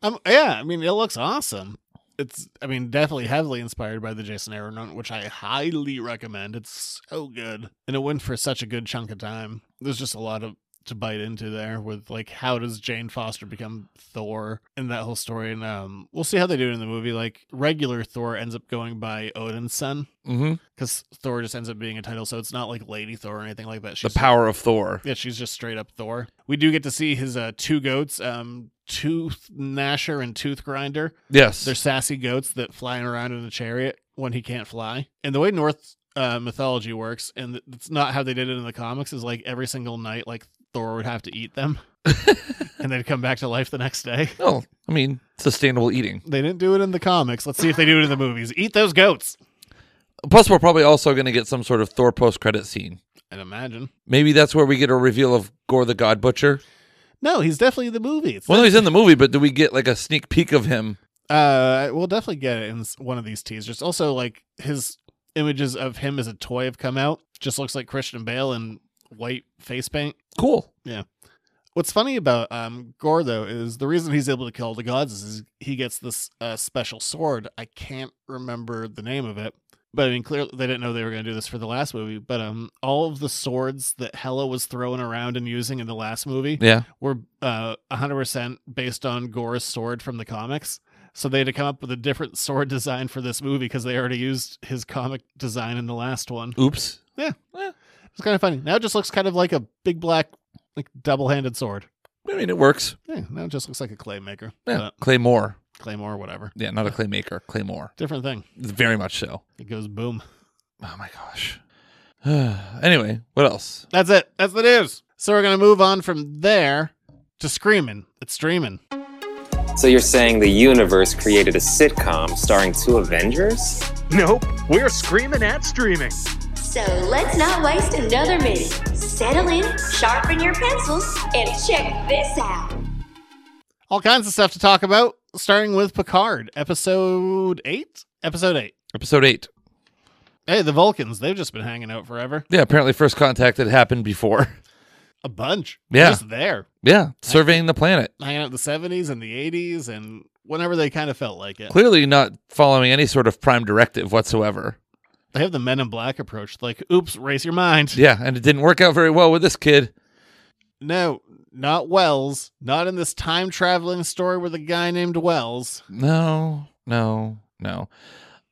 Speaker 5: Um, yeah, I mean it looks awesome. It's I mean definitely heavily inspired by the Jason Aaron run, which I highly recommend. It's so good, and it went for such a good chunk of time. There's just a lot of to bite into there with like how does Jane Foster become Thor in that whole story, and um, we'll see how they do it in the movie. Like regular Thor ends up going by Odin's son
Speaker 6: Mhm.
Speaker 5: because Thor just ends up being a title, so it's not like Lady Thor or anything like that.
Speaker 6: The
Speaker 5: She's
Speaker 6: power of Thor.
Speaker 5: yeah, she's just straight up Thor. We do get to see his uh, two goats, um, Tooth Gnasher and Tooth Grinder.
Speaker 6: Yes.
Speaker 5: They're sassy goats that fly around in a chariot when he can't fly. And the way North uh, mythology works, and it's not how they did it in the comics, is like every single night, like Thor would have to eat them, and they'd come back to life the next day.
Speaker 6: Oh, I mean, sustainable eating.
Speaker 5: They didn't do it in the comics. Let's see if they do it in the movies. Eat those goats.
Speaker 6: Plus, we're probably also going to get some sort of Thor post credit scene.
Speaker 5: I'd imagine.
Speaker 6: Maybe that's where we get a reveal of Gore the God Butcher.
Speaker 5: No, he's definitely in the movie. It's
Speaker 6: Well, no, he's in the movie, but do we get like a sneak peek of him?
Speaker 5: Uh, we'll definitely get it in s- one of these teasers. Also, like his images of him as a toy have come out. Just looks like Christian Bale in white face paint.
Speaker 6: Cool.
Speaker 5: What's funny about um, Gore though is the reason he's able to kill all the gods is he gets this uh, special sword. I can't remember the name of it, but I mean, clearly they didn't know they were going to do this for the last movie. But um, all of the swords that Hela was throwing around and using in the last movie
Speaker 6: Yeah.
Speaker 5: were uh, 100% based on Gore's sword from the comics. So they had to come up with a different sword design for this movie because they already used his comic design in the last one.
Speaker 6: Oops.
Speaker 5: Yeah. yeah. It's kind of funny. Now it just looks kind of like a big black, like double handed sword.
Speaker 6: I mean, it works.
Speaker 5: Yeah. Now it just looks like a clay maker.
Speaker 6: Yeah.
Speaker 5: But
Speaker 6: Claymore.
Speaker 5: claymore, whatever.
Speaker 6: Yeah, not a claymaker. Claymore.
Speaker 5: Different thing.
Speaker 6: Very much so.
Speaker 5: It goes boom.
Speaker 6: Oh my gosh. anyway, what else?
Speaker 5: That's it. That's the news. So we're going to move on from there to Screaming. It's streaming.
Speaker 7: So you're saying the universe created a sitcom starring two Avengers?
Speaker 8: Nope, we're screaming at streaming.
Speaker 9: So let's not waste another minute. Settle in, sharpen your pencils, and check this out.
Speaker 5: All kinds of stuff to talk about, starting with Picard, episode eight? Episode eight.
Speaker 6: Episode eight.
Speaker 5: Hey, the Vulcans, they've just been hanging out forever.
Speaker 6: Yeah, apparently first contact had happened before.
Speaker 5: A bunch.
Speaker 6: Yeah.
Speaker 5: Just there.
Speaker 6: Yeah, surveying the planet.
Speaker 5: Hanging out in the 70s and the 80s and whenever they kind of felt like it.
Speaker 6: Clearly not following any sort of prime directive whatsoever.
Speaker 5: They have the men in black approach. Like, oops, raise your mind.
Speaker 6: Yeah, and it didn't work out very well with this kid.
Speaker 5: No, not Wells. Not in this time traveling story with a guy named Wells.
Speaker 6: No, no, no.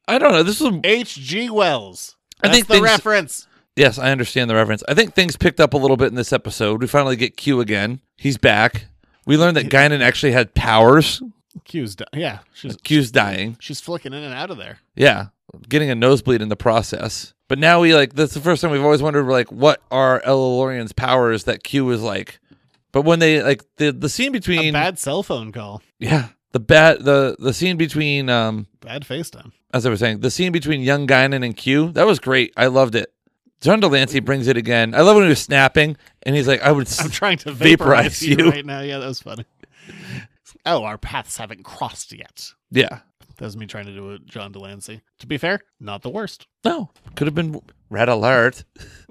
Speaker 6: I don't know. This was
Speaker 5: H.G. Wells.
Speaker 6: I
Speaker 5: That's
Speaker 6: think
Speaker 5: the
Speaker 6: things-
Speaker 5: reference.
Speaker 6: yes, I understand the reference. I think things picked up a little bit in this episode. We finally get Q again. He's back. We learned that Guinan actually had powers.
Speaker 5: Q's di- Yeah. She's,
Speaker 6: Q's dying.
Speaker 5: she's flicking in and out of there.
Speaker 6: Yeah, getting a nosebleed in the process. But now we like that's the first time we've always wondered like what are Elilorian's powers that Q is like. But when they like the the scene
Speaker 5: A
Speaker 6: between
Speaker 5: bad cell phone call.
Speaker 6: yeah the bad the the scene between um
Speaker 5: Bad FaceTime.
Speaker 6: as I was saying the scene between young Guinan and Q that was great I loved it. John Delancey brings it again. I love when he was snapping and he's like I would
Speaker 5: I'm
Speaker 6: s-
Speaker 5: trying to
Speaker 6: Vaporize
Speaker 5: vaporize, you,
Speaker 6: you.
Speaker 5: right now. Yeah, that was funny. Oh, our paths haven't crossed yet.
Speaker 6: yeah
Speaker 5: That was me trying to do a John Delancey. To be fair, not the worst.
Speaker 6: no could have been red alert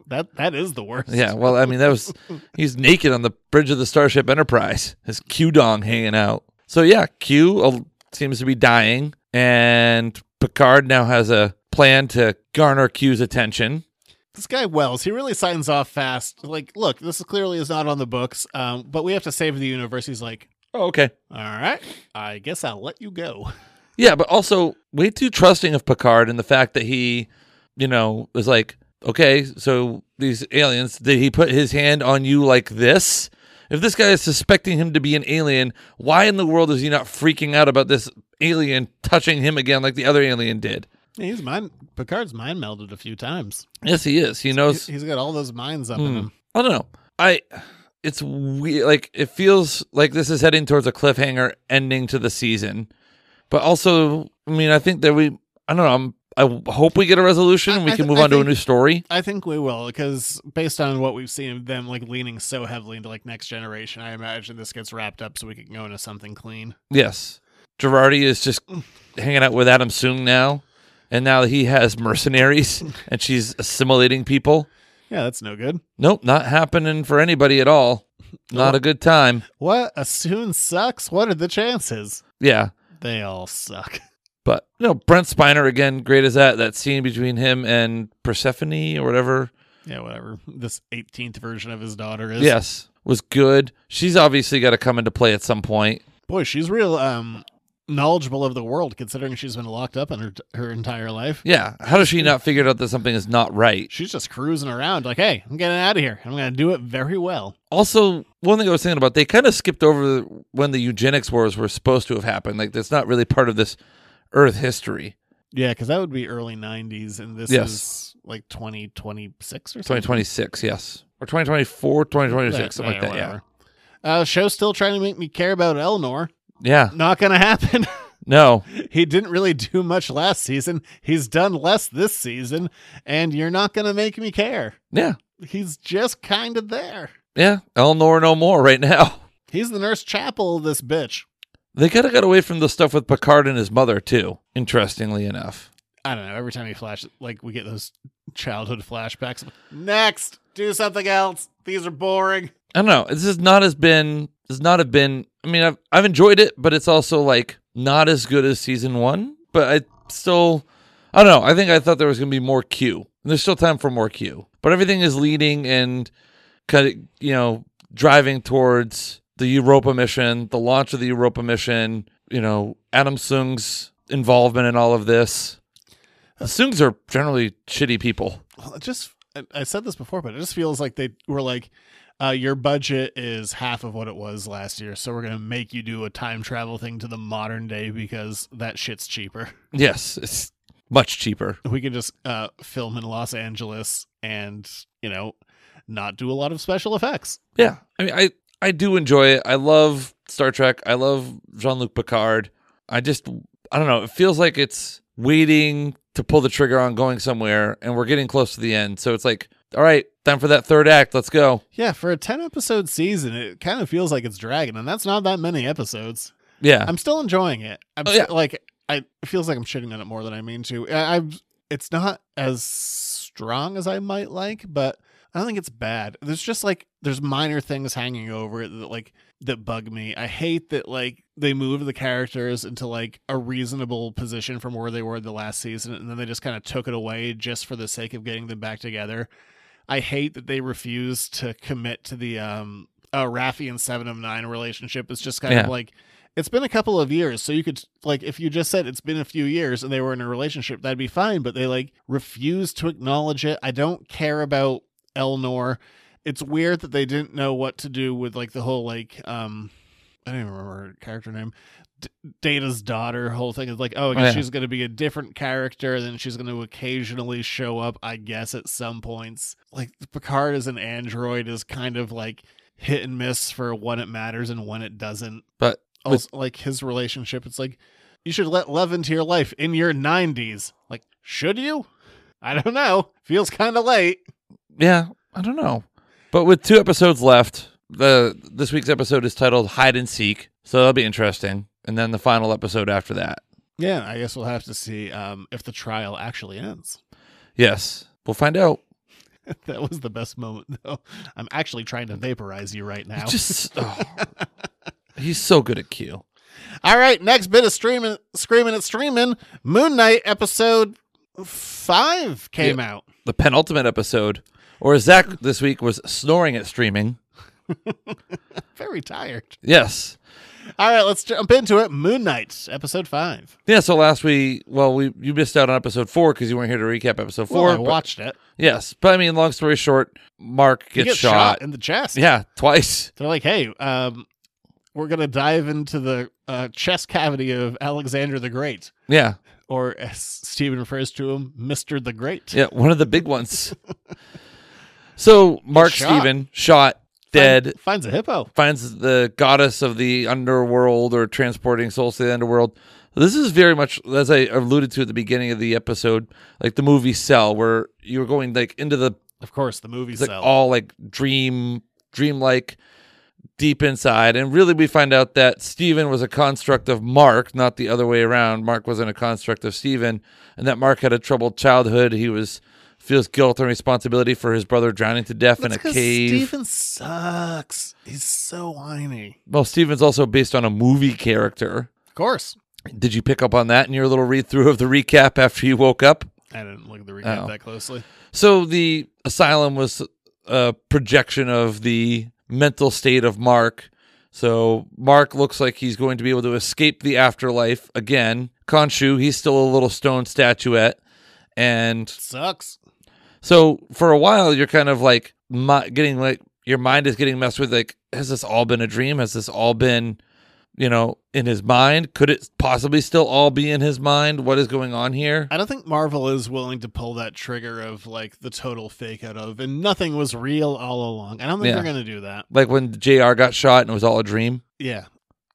Speaker 5: That that is the worst.
Speaker 6: yeah well I mean that was he's naked on the bridge of the Starship Enterprise his Q dong hanging out so yeah Q uh, seems to be dying and Picard now has a plan to garner Q's attention
Speaker 5: This guy Wells, he really signs off fast. Like, look, this is clearly is not on the books. Um, but we have to save the universe. He's like,
Speaker 6: oh okay
Speaker 5: all right, I guess I'll let you go.
Speaker 6: Yeah, but also way too trusting of Picard and the fact that he, you know, was like, okay, so these aliens, did he put his hand on you like this? If this guy is suspecting him to be an alien, why in the world is he not freaking out about this alien touching him again like the other alien did?
Speaker 5: Yeah, he's mind Picard's mind melded a few times.
Speaker 6: Yes, he is. He
Speaker 5: He-
Speaker 6: knows.
Speaker 5: He's got all those minds up in
Speaker 6: Hmm.
Speaker 5: him.
Speaker 6: I don't know. I. It's weird. Like it feels like this is heading towards a cliffhanger ending to the season, but also, I mean, I think that we. I don't know. I'm, I w- hope we get a resolution. and
Speaker 5: I-
Speaker 6: we
Speaker 5: I
Speaker 6: can
Speaker 5: th-
Speaker 6: move
Speaker 5: I
Speaker 6: on to a
Speaker 5: think-
Speaker 6: new story.
Speaker 5: I think we will, because based on what we've seen of them like leaning so heavily into like next generation, I imagine this gets wrapped up so we can go into something clean.
Speaker 6: Yes, Girardi is just hanging out with Adam Soong now, and now he has mercenaries, and she's assimilating people.
Speaker 5: Yeah, that's no good.
Speaker 6: Nope, not happening for anybody at all. Not a good time.
Speaker 5: What a soon sucks. What are the chances?
Speaker 6: Yeah.
Speaker 5: They all suck.
Speaker 6: But you know, Brent Spiner again, great as that. That scene between him and Persephone or whatever.
Speaker 5: Yeah, whatever. This 18th version of his daughter is.
Speaker 6: yes, was good. She's obviously got to come into play at some point.
Speaker 5: Boy, she's real um knowledgeable of the world considering she's been locked up in her her entire life.
Speaker 6: Yeah, how does she not figure out that something is not right?
Speaker 5: She's just cruising around like, "Hey, I'm getting out of here. I'm going to do it very well."
Speaker 6: Also, one thing I was thinking about, they kind of skipped over when the eugenics wars were supposed to have happened. Like, that's not really part of this Earth history.
Speaker 5: Yeah, cuz that would be early 90s and this
Speaker 6: Yes.
Speaker 5: is like 2026 or something.
Speaker 6: 2026, yes, or 2024, 2026, something like that. Yeah,
Speaker 5: whatever. Uh, show's still trying to make me care about Elnor.
Speaker 6: yeah.
Speaker 5: Not gonna happen.
Speaker 6: No,
Speaker 5: he didn't really do much last season. He's done less this season, and you're not gonna make me care.
Speaker 6: yeah,
Speaker 5: He's just kind of there.
Speaker 6: yeah. Elnor, no more right now.
Speaker 5: He's the nurse chapel of this bitch.
Speaker 6: They kind of got away from the stuff with Picard and his mother too. Interestingly enough,
Speaker 5: I don't know. Every time he flashes, like we get those childhood flashbacks. Next, do something else. These are boring.
Speaker 6: I don't know. This has not has been has not have been. I mean, I've I've enjoyed it, but it's also like not as good as season one. But I still, I don't know. I think I thought there was gonna be more Q. And there's still time for more Q, but everything is leading and kind of you know driving towards the Europa mission, the launch of the Europa mission. You know, Adam Sung's involvement in all of this. The Sungs are generally shitty people.
Speaker 5: Well, it just I, I said this before, but it just feels like they were like, uh, "Your budget is half of what it was last year, so we're gonna make you do a time travel thing to the modern day because that shit's cheaper.
Speaker 6: Yes, it's much cheaper.
Speaker 5: We can just uh, film in Los Angeles and you know not do a lot of special effects."
Speaker 6: Yeah, I mean, I I do enjoy it. I love Star Trek. I love Jean Luc Picard. I just I don't know. It feels like it's waiting to pull the trigger on going somewhere, and we're getting close to the end. So it's like, all right, time for that third act. Let's go.
Speaker 5: Yeah, for a ten episode season, it kind of feels like it's dragging, and that's not that many episodes.
Speaker 6: Yeah,
Speaker 5: I'm still enjoying it. I'm
Speaker 6: Oh, yeah.
Speaker 5: st- like I it feels like I'm shitting on it more than I mean to. I, I'm it's not as strong as I might like, but I don't think it's bad. There's just like there's minor things hanging over it that like that bug me. I hate that like they move the characters into like a reasonable position from where they were the last season and then they just kind of took it away just for the sake of getting them back together. I hate that they refuse to commit to the um uh, Raffi and Seven of Nine relationship. It's just kind
Speaker 6: Yeah.
Speaker 5: of like it's been a couple of years, so you could like if you just said it's been a few years and they were in a relationship, that'd be fine. But they like refuse to acknowledge it. I don't care about Elnor. It's weird that they didn't know what to do with like the whole like um I don't even remember her character name. D- Data's daughter whole thing is like, oh, I guess
Speaker 6: yeah.
Speaker 5: she's going to be a different character, and then she's going to occasionally show up, I guess, at some points. Like Picard as an android is kind of like hit and miss for when it matters and when it doesn't.
Speaker 6: but with-
Speaker 5: Also, like his relationship, it's like you should let love into your life in your nineties. Like, should you? I don't know. Feels kind of late.
Speaker 6: yeah, I don't know. But with two episodes left, the this week's episode is titled "Hide and Seek," so that'll be interesting. And then the final episode after that.
Speaker 5: Yeah, I guess we'll have to see um, if the trial actually ends.
Speaker 6: Yes, we'll find out.
Speaker 5: That was the best moment, though. I'm actually trying to vaporize you right now.
Speaker 6: Just oh, he's so good at Q.
Speaker 5: All right, next bit of streaming, screaming and streaming. Moon Knight episode five came out.
Speaker 6: The penultimate episode, or as Zach this week was snoring at streaming.
Speaker 5: Very tired.
Speaker 6: Yes.
Speaker 5: All right, let's jump into it. Moon Knight episode five.
Speaker 6: Yeah, so last week, well, we you missed out on episode four because you weren't here to recap episode
Speaker 5: Well,
Speaker 6: four.
Speaker 5: I
Speaker 6: but-
Speaker 5: watched it.
Speaker 6: Yes, but I mean, long story short, Mark
Speaker 5: He
Speaker 6: gets
Speaker 5: gets
Speaker 6: shot.
Speaker 5: in the chest.
Speaker 6: Yeah, twice.
Speaker 5: they're like, hey, um, we're gonna dive into the uh, chest cavity of Alexander the Great,
Speaker 6: Yeah,
Speaker 5: or as Stephen refers to him, Mister the Great.
Speaker 6: yeah, one of the big ones. so Mark
Speaker 5: shot.
Speaker 6: Steven shot dead.
Speaker 5: Find- finds a hippo.
Speaker 6: finds the goddess of the underworld or transporting souls to the underworld. This is very much as I alluded to at the beginning of the episode, like the movie Cell, where you're going like into the
Speaker 5: Of course, the movie
Speaker 6: it's like
Speaker 5: cell.
Speaker 6: all like dream dreamlike deep inside and really we find out that Steven was a construct of Mark not the other way around Mark wasn't a construct of Steven and that Mark had a troubled childhood he was feels guilt and responsibility for his brother drowning to death in a cave
Speaker 5: Stephen sucks. He's so whiny.
Speaker 6: well Steven's also based on a movie character
Speaker 5: Of course.
Speaker 6: did you pick up on that in your little read through of the recap after you woke up
Speaker 5: I didn't look at the recap
Speaker 6: Oh.
Speaker 5: that closely.
Speaker 6: So the asylum was a projection of the mental state of Mark. So Mark looks like he's going to be able to escape the afterlife again. Khonshu, he's still a little stone statuette. And
Speaker 5: Sucks.
Speaker 6: so for a while, you're kind of like mi- getting like your mind is getting messed with. Like, has this all been a dream? Has this all been, you know, in his mind? Could it possibly still all be in his mind? What is going on here?
Speaker 5: I don't think Marvel is willing to pull that trigger of like the total fake out of and nothing was real all along. I don't think
Speaker 6: Yeah.
Speaker 5: they're gonna do that.
Speaker 6: Like when JR got shot and it was all a dream.
Speaker 5: Yeah.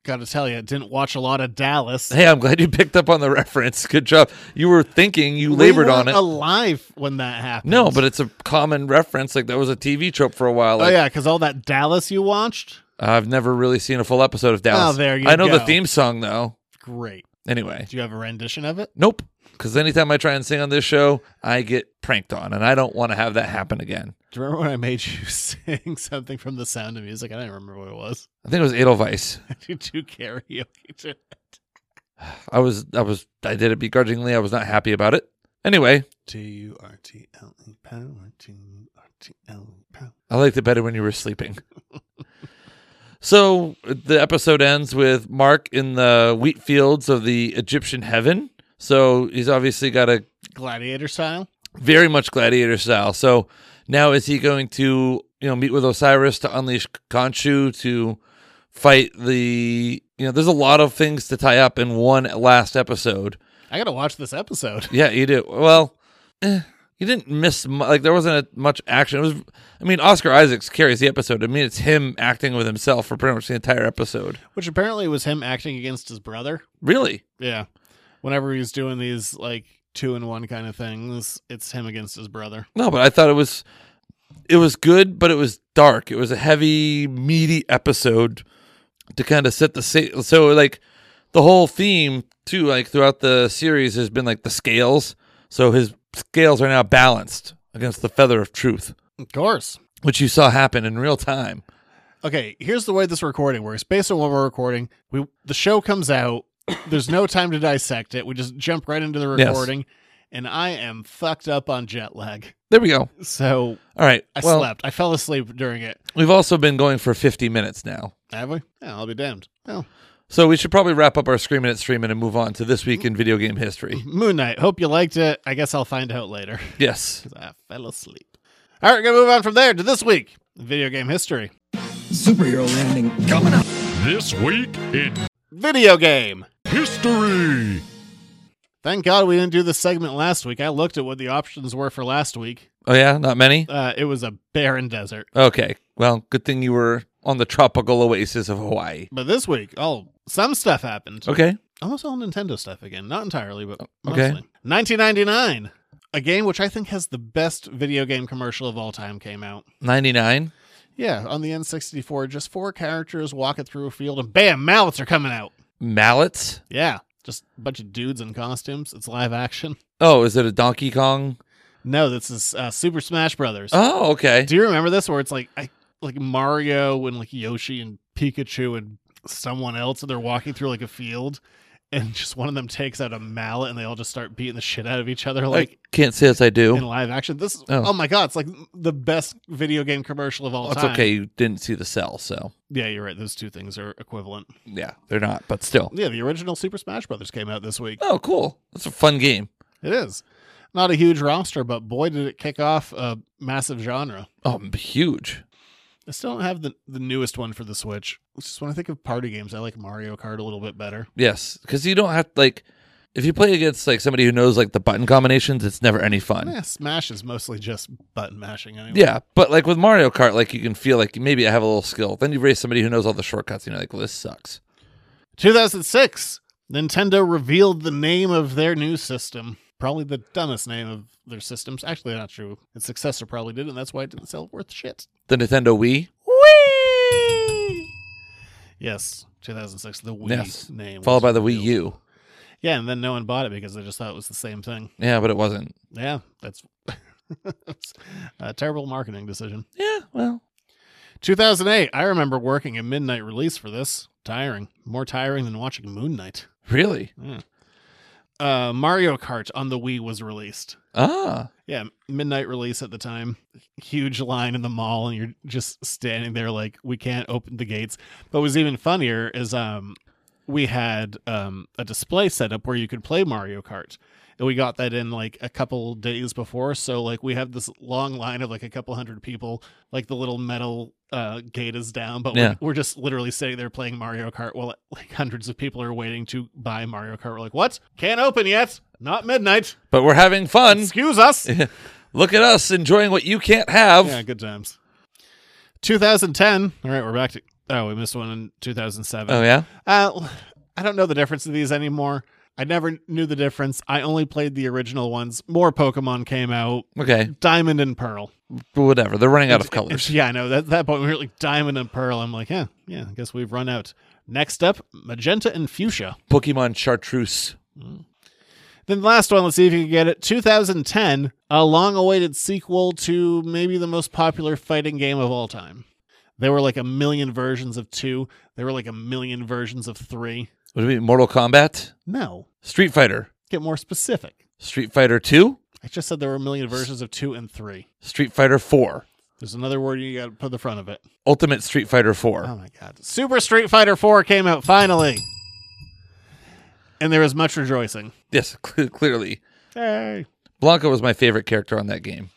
Speaker 5: Gotta tell you, I didn't watch a lot of Dallas.
Speaker 6: Hey, I'm glad you picked up on the reference. Good job. You were thinking, you
Speaker 5: We
Speaker 6: labored on
Speaker 5: weren't
Speaker 6: it.
Speaker 5: Alive when that happened.
Speaker 6: no, but it's a common reference. Like that was a TV trope for a while.
Speaker 5: oh
Speaker 6: Like,
Speaker 5: yeah, because all that Dallas you watched,
Speaker 6: I've never really seen a full episode of
Speaker 5: Oh,
Speaker 6: Dallas.
Speaker 5: there you
Speaker 6: I know the
Speaker 5: go.
Speaker 6: theme song though.
Speaker 5: great.
Speaker 6: Anyway,
Speaker 5: Do you have a rendition of it?
Speaker 6: nope. Because anytime I try and sing on this show, I get pranked on, and I don't want to have that happen again.
Speaker 5: Do you remember when I made you sing something from The Sound of Music? I don't remember what it was.
Speaker 6: I think it was Edelweiss.
Speaker 5: I did do karaoke to it.
Speaker 6: I was, I was, I did it begrudgingly. I was not happy about it. Anyway,
Speaker 5: T U R T L E power. T U R T L E power.
Speaker 6: I liked it better when you were sleeping. so the episode ends with Mark in the wheat fields of the Egyptian heaven. So he's obviously got a
Speaker 5: Gladiator style.
Speaker 6: very much gladiator style. So now is he going to you know meet with Osiris to unleash Khonshu to fight the you know there's a lot of things to tie up in one last episode.
Speaker 5: I gotta watch this episode.
Speaker 6: Yeah, you do. Well, eh, you didn't miss mu- like there wasn't a, much action. It was I mean Oscar Isaacs carries the episode. I mean it's him acting with himself for pretty much the entire episode.
Speaker 5: Which apparently was him acting against his brother.
Speaker 6: Really?
Speaker 5: Yeah. Whenever he's doing these like two in one kind of things, it's him against his brother.
Speaker 6: No, but I thought it was it was good, but it was dark. It was a heavy, meaty episode to kind of set the sa- so like the whole theme too like throughout the series has been like the scales. So his scales are now balanced against the feather of truth,
Speaker 5: Of course.
Speaker 6: which you saw happen in real time.
Speaker 5: Okay, here's the way this recording works. Based on what we're recording, we the show comes out. There's no time to dissect it. We just jump right into the
Speaker 6: Yes.
Speaker 5: recording, and I am fucked up on jet lag.
Speaker 6: There we go.
Speaker 5: So
Speaker 6: All right.
Speaker 5: I
Speaker 6: well,
Speaker 5: slept. I fell asleep during it.
Speaker 6: We've also been going for 50 minutes now.
Speaker 5: Have we? Yeah, I'll be damned. Well,
Speaker 6: So we should probably wrap up our Scream Minute Streaming and move on to this week in video game history.
Speaker 5: Moon Knight. Hope you liked it. I guess I'll find out later.
Speaker 6: Yes.
Speaker 5: 'Cause I fell asleep. All right, gonna move on from there to this week video game history.
Speaker 2: Superhero landing coming up.
Speaker 10: This week in
Speaker 5: Video game.
Speaker 10: history.
Speaker 5: Thank God we didn't do this segment last week. I looked at what the options were for last week.
Speaker 6: Oh, yeah? Not many?
Speaker 5: Uh, it was a barren desert.
Speaker 6: Okay. Well, good thing you were on the tropical oasis of Hawaii.
Speaker 5: But this week, oh, some stuff happened.
Speaker 6: Okay.
Speaker 5: Almost all Nintendo stuff again. Not entirely, but
Speaker 6: Okay.
Speaker 5: mostly. 1999. A game which I think has the best video game commercial of all time came out.
Speaker 6: 99.
Speaker 5: Yeah, on the N64, just four characters walking through a field and bam, mallets are coming out.
Speaker 6: Mallets.
Speaker 5: Yeah, just a bunch of dudes in costumes. It's live action.
Speaker 6: Oh, is it a Donkey Kong?
Speaker 5: No, this is uh, Super Smash Brothers.
Speaker 6: Oh, okay.
Speaker 5: Do you remember this? Where it's like I, like Mario and like Yoshi and Pikachu and someone else, and they're walking through like a field, and just one of them takes out a mallet, and they all just start beating the shit out of each other, like.
Speaker 6: I can't say as I
Speaker 5: In
Speaker 6: do.
Speaker 5: live action, this is,
Speaker 6: Oh.
Speaker 5: oh. my god, it's like the best video game commercial of all
Speaker 6: That's
Speaker 5: time.
Speaker 6: okay. You didn't see the cell, so
Speaker 5: Yeah, you're right. Those two things are equivalent.
Speaker 6: yeah, they're not, but still.
Speaker 5: Yeah, the original Super Smash Brothers came out this week.
Speaker 6: Oh, cool. That's a fun game.
Speaker 5: It is not a huge roster, but boy, did it kick off a massive genre.
Speaker 6: Oh, huge.
Speaker 5: I still don't have the, the newest one for the Switch. It's just when I think of party games, I like Mario Kart a little bit better.
Speaker 6: Yes, because you don't have like if you play against like somebody who knows like the button combinations, it's never any fun.
Speaker 5: Yeah, Eh, Smash is mostly just button mashing anyway.
Speaker 6: Yeah, but like with Mario Kart, like you can feel like maybe I have a little skill. Then you race somebody who knows all the shortcuts, and you're like, well, this sucks.
Speaker 5: 2006, Nintendo revealed the name of their new system. Probably the dumbest name of their systems. Actually, not true. Its successor probably did, and that's why it didn't sell worth shit.
Speaker 6: The Nintendo Wii,
Speaker 5: Wii! Yes, 2006, the Wii
Speaker 6: Yes,
Speaker 5: name.
Speaker 6: followed
Speaker 5: was
Speaker 6: by the Wii
Speaker 5: revealed.
Speaker 6: U.
Speaker 5: Yeah, and then no one bought it because they just thought it was the same thing.
Speaker 6: Yeah, but it wasn't.
Speaker 5: Yeah, that's that's a terrible marketing decision.
Speaker 6: Yeah, well,
Speaker 5: 2008. I remember working a midnight release for this. Tiring, more tiring than watching Moon Knight.
Speaker 6: really?
Speaker 5: Uh, Mario Kart on the Wii was released.
Speaker 6: Ah,
Speaker 5: Yeah, midnight release at the time. Huge line in the mall, and you're just standing there like, we can't open the gates. But what was even funnier is um, we had um, a display set up where you could play Mario Kart. And we got that in like a couple days before. So, like, we have this long line of like a couple hundred people. Like, the little metal uh, gate is down, but
Speaker 6: Yeah.
Speaker 5: we're, we're just literally sitting there playing Mario Kart while like hundreds of people are waiting to buy Mario Kart. We're like, what? Can't open yet. Not midnight.
Speaker 6: but we're having fun.
Speaker 5: Excuse us.
Speaker 6: Look at us enjoying what you can't have.
Speaker 5: Yeah, good times. 2010. All right, we're back to. Oh, we missed one in 2007.
Speaker 6: Oh yeah.
Speaker 5: Uh, I don't know the difference of these anymore. I never knew the difference. I only played the original ones. More Pokemon came out.
Speaker 6: Okay.
Speaker 5: Diamond and Pearl.
Speaker 6: But whatever. They're running out of colors.
Speaker 5: Yeah, I know. At that point, we were like Diamond and Pearl. I'm like, yeah, yeah. I guess we've run out. Next up, Magenta and Fuchsia.
Speaker 6: Pokemon Chartreuse.
Speaker 5: Then the last one, let's see if you can get it. 2010, a long-awaited sequel to maybe the most popular fighting game of all time. There were like a million versions of two. There were like a million versions of three.
Speaker 6: Would it be Mortal Kombat?
Speaker 5: No,
Speaker 6: Street Fighter.
Speaker 5: get more specific.
Speaker 6: Street Fighter 2?
Speaker 5: I just said there were a million versions of two and three.
Speaker 6: Street Fighter 4.
Speaker 5: There's another word you got to put the front of it.
Speaker 6: Ultimate Street Fighter 4.
Speaker 5: Oh my god. Super Street Fighter 4 came out finally. And there was much rejoicing.
Speaker 6: Yes, cl- clearly.
Speaker 5: Yay.
Speaker 6: Blanca was my favorite character on that game.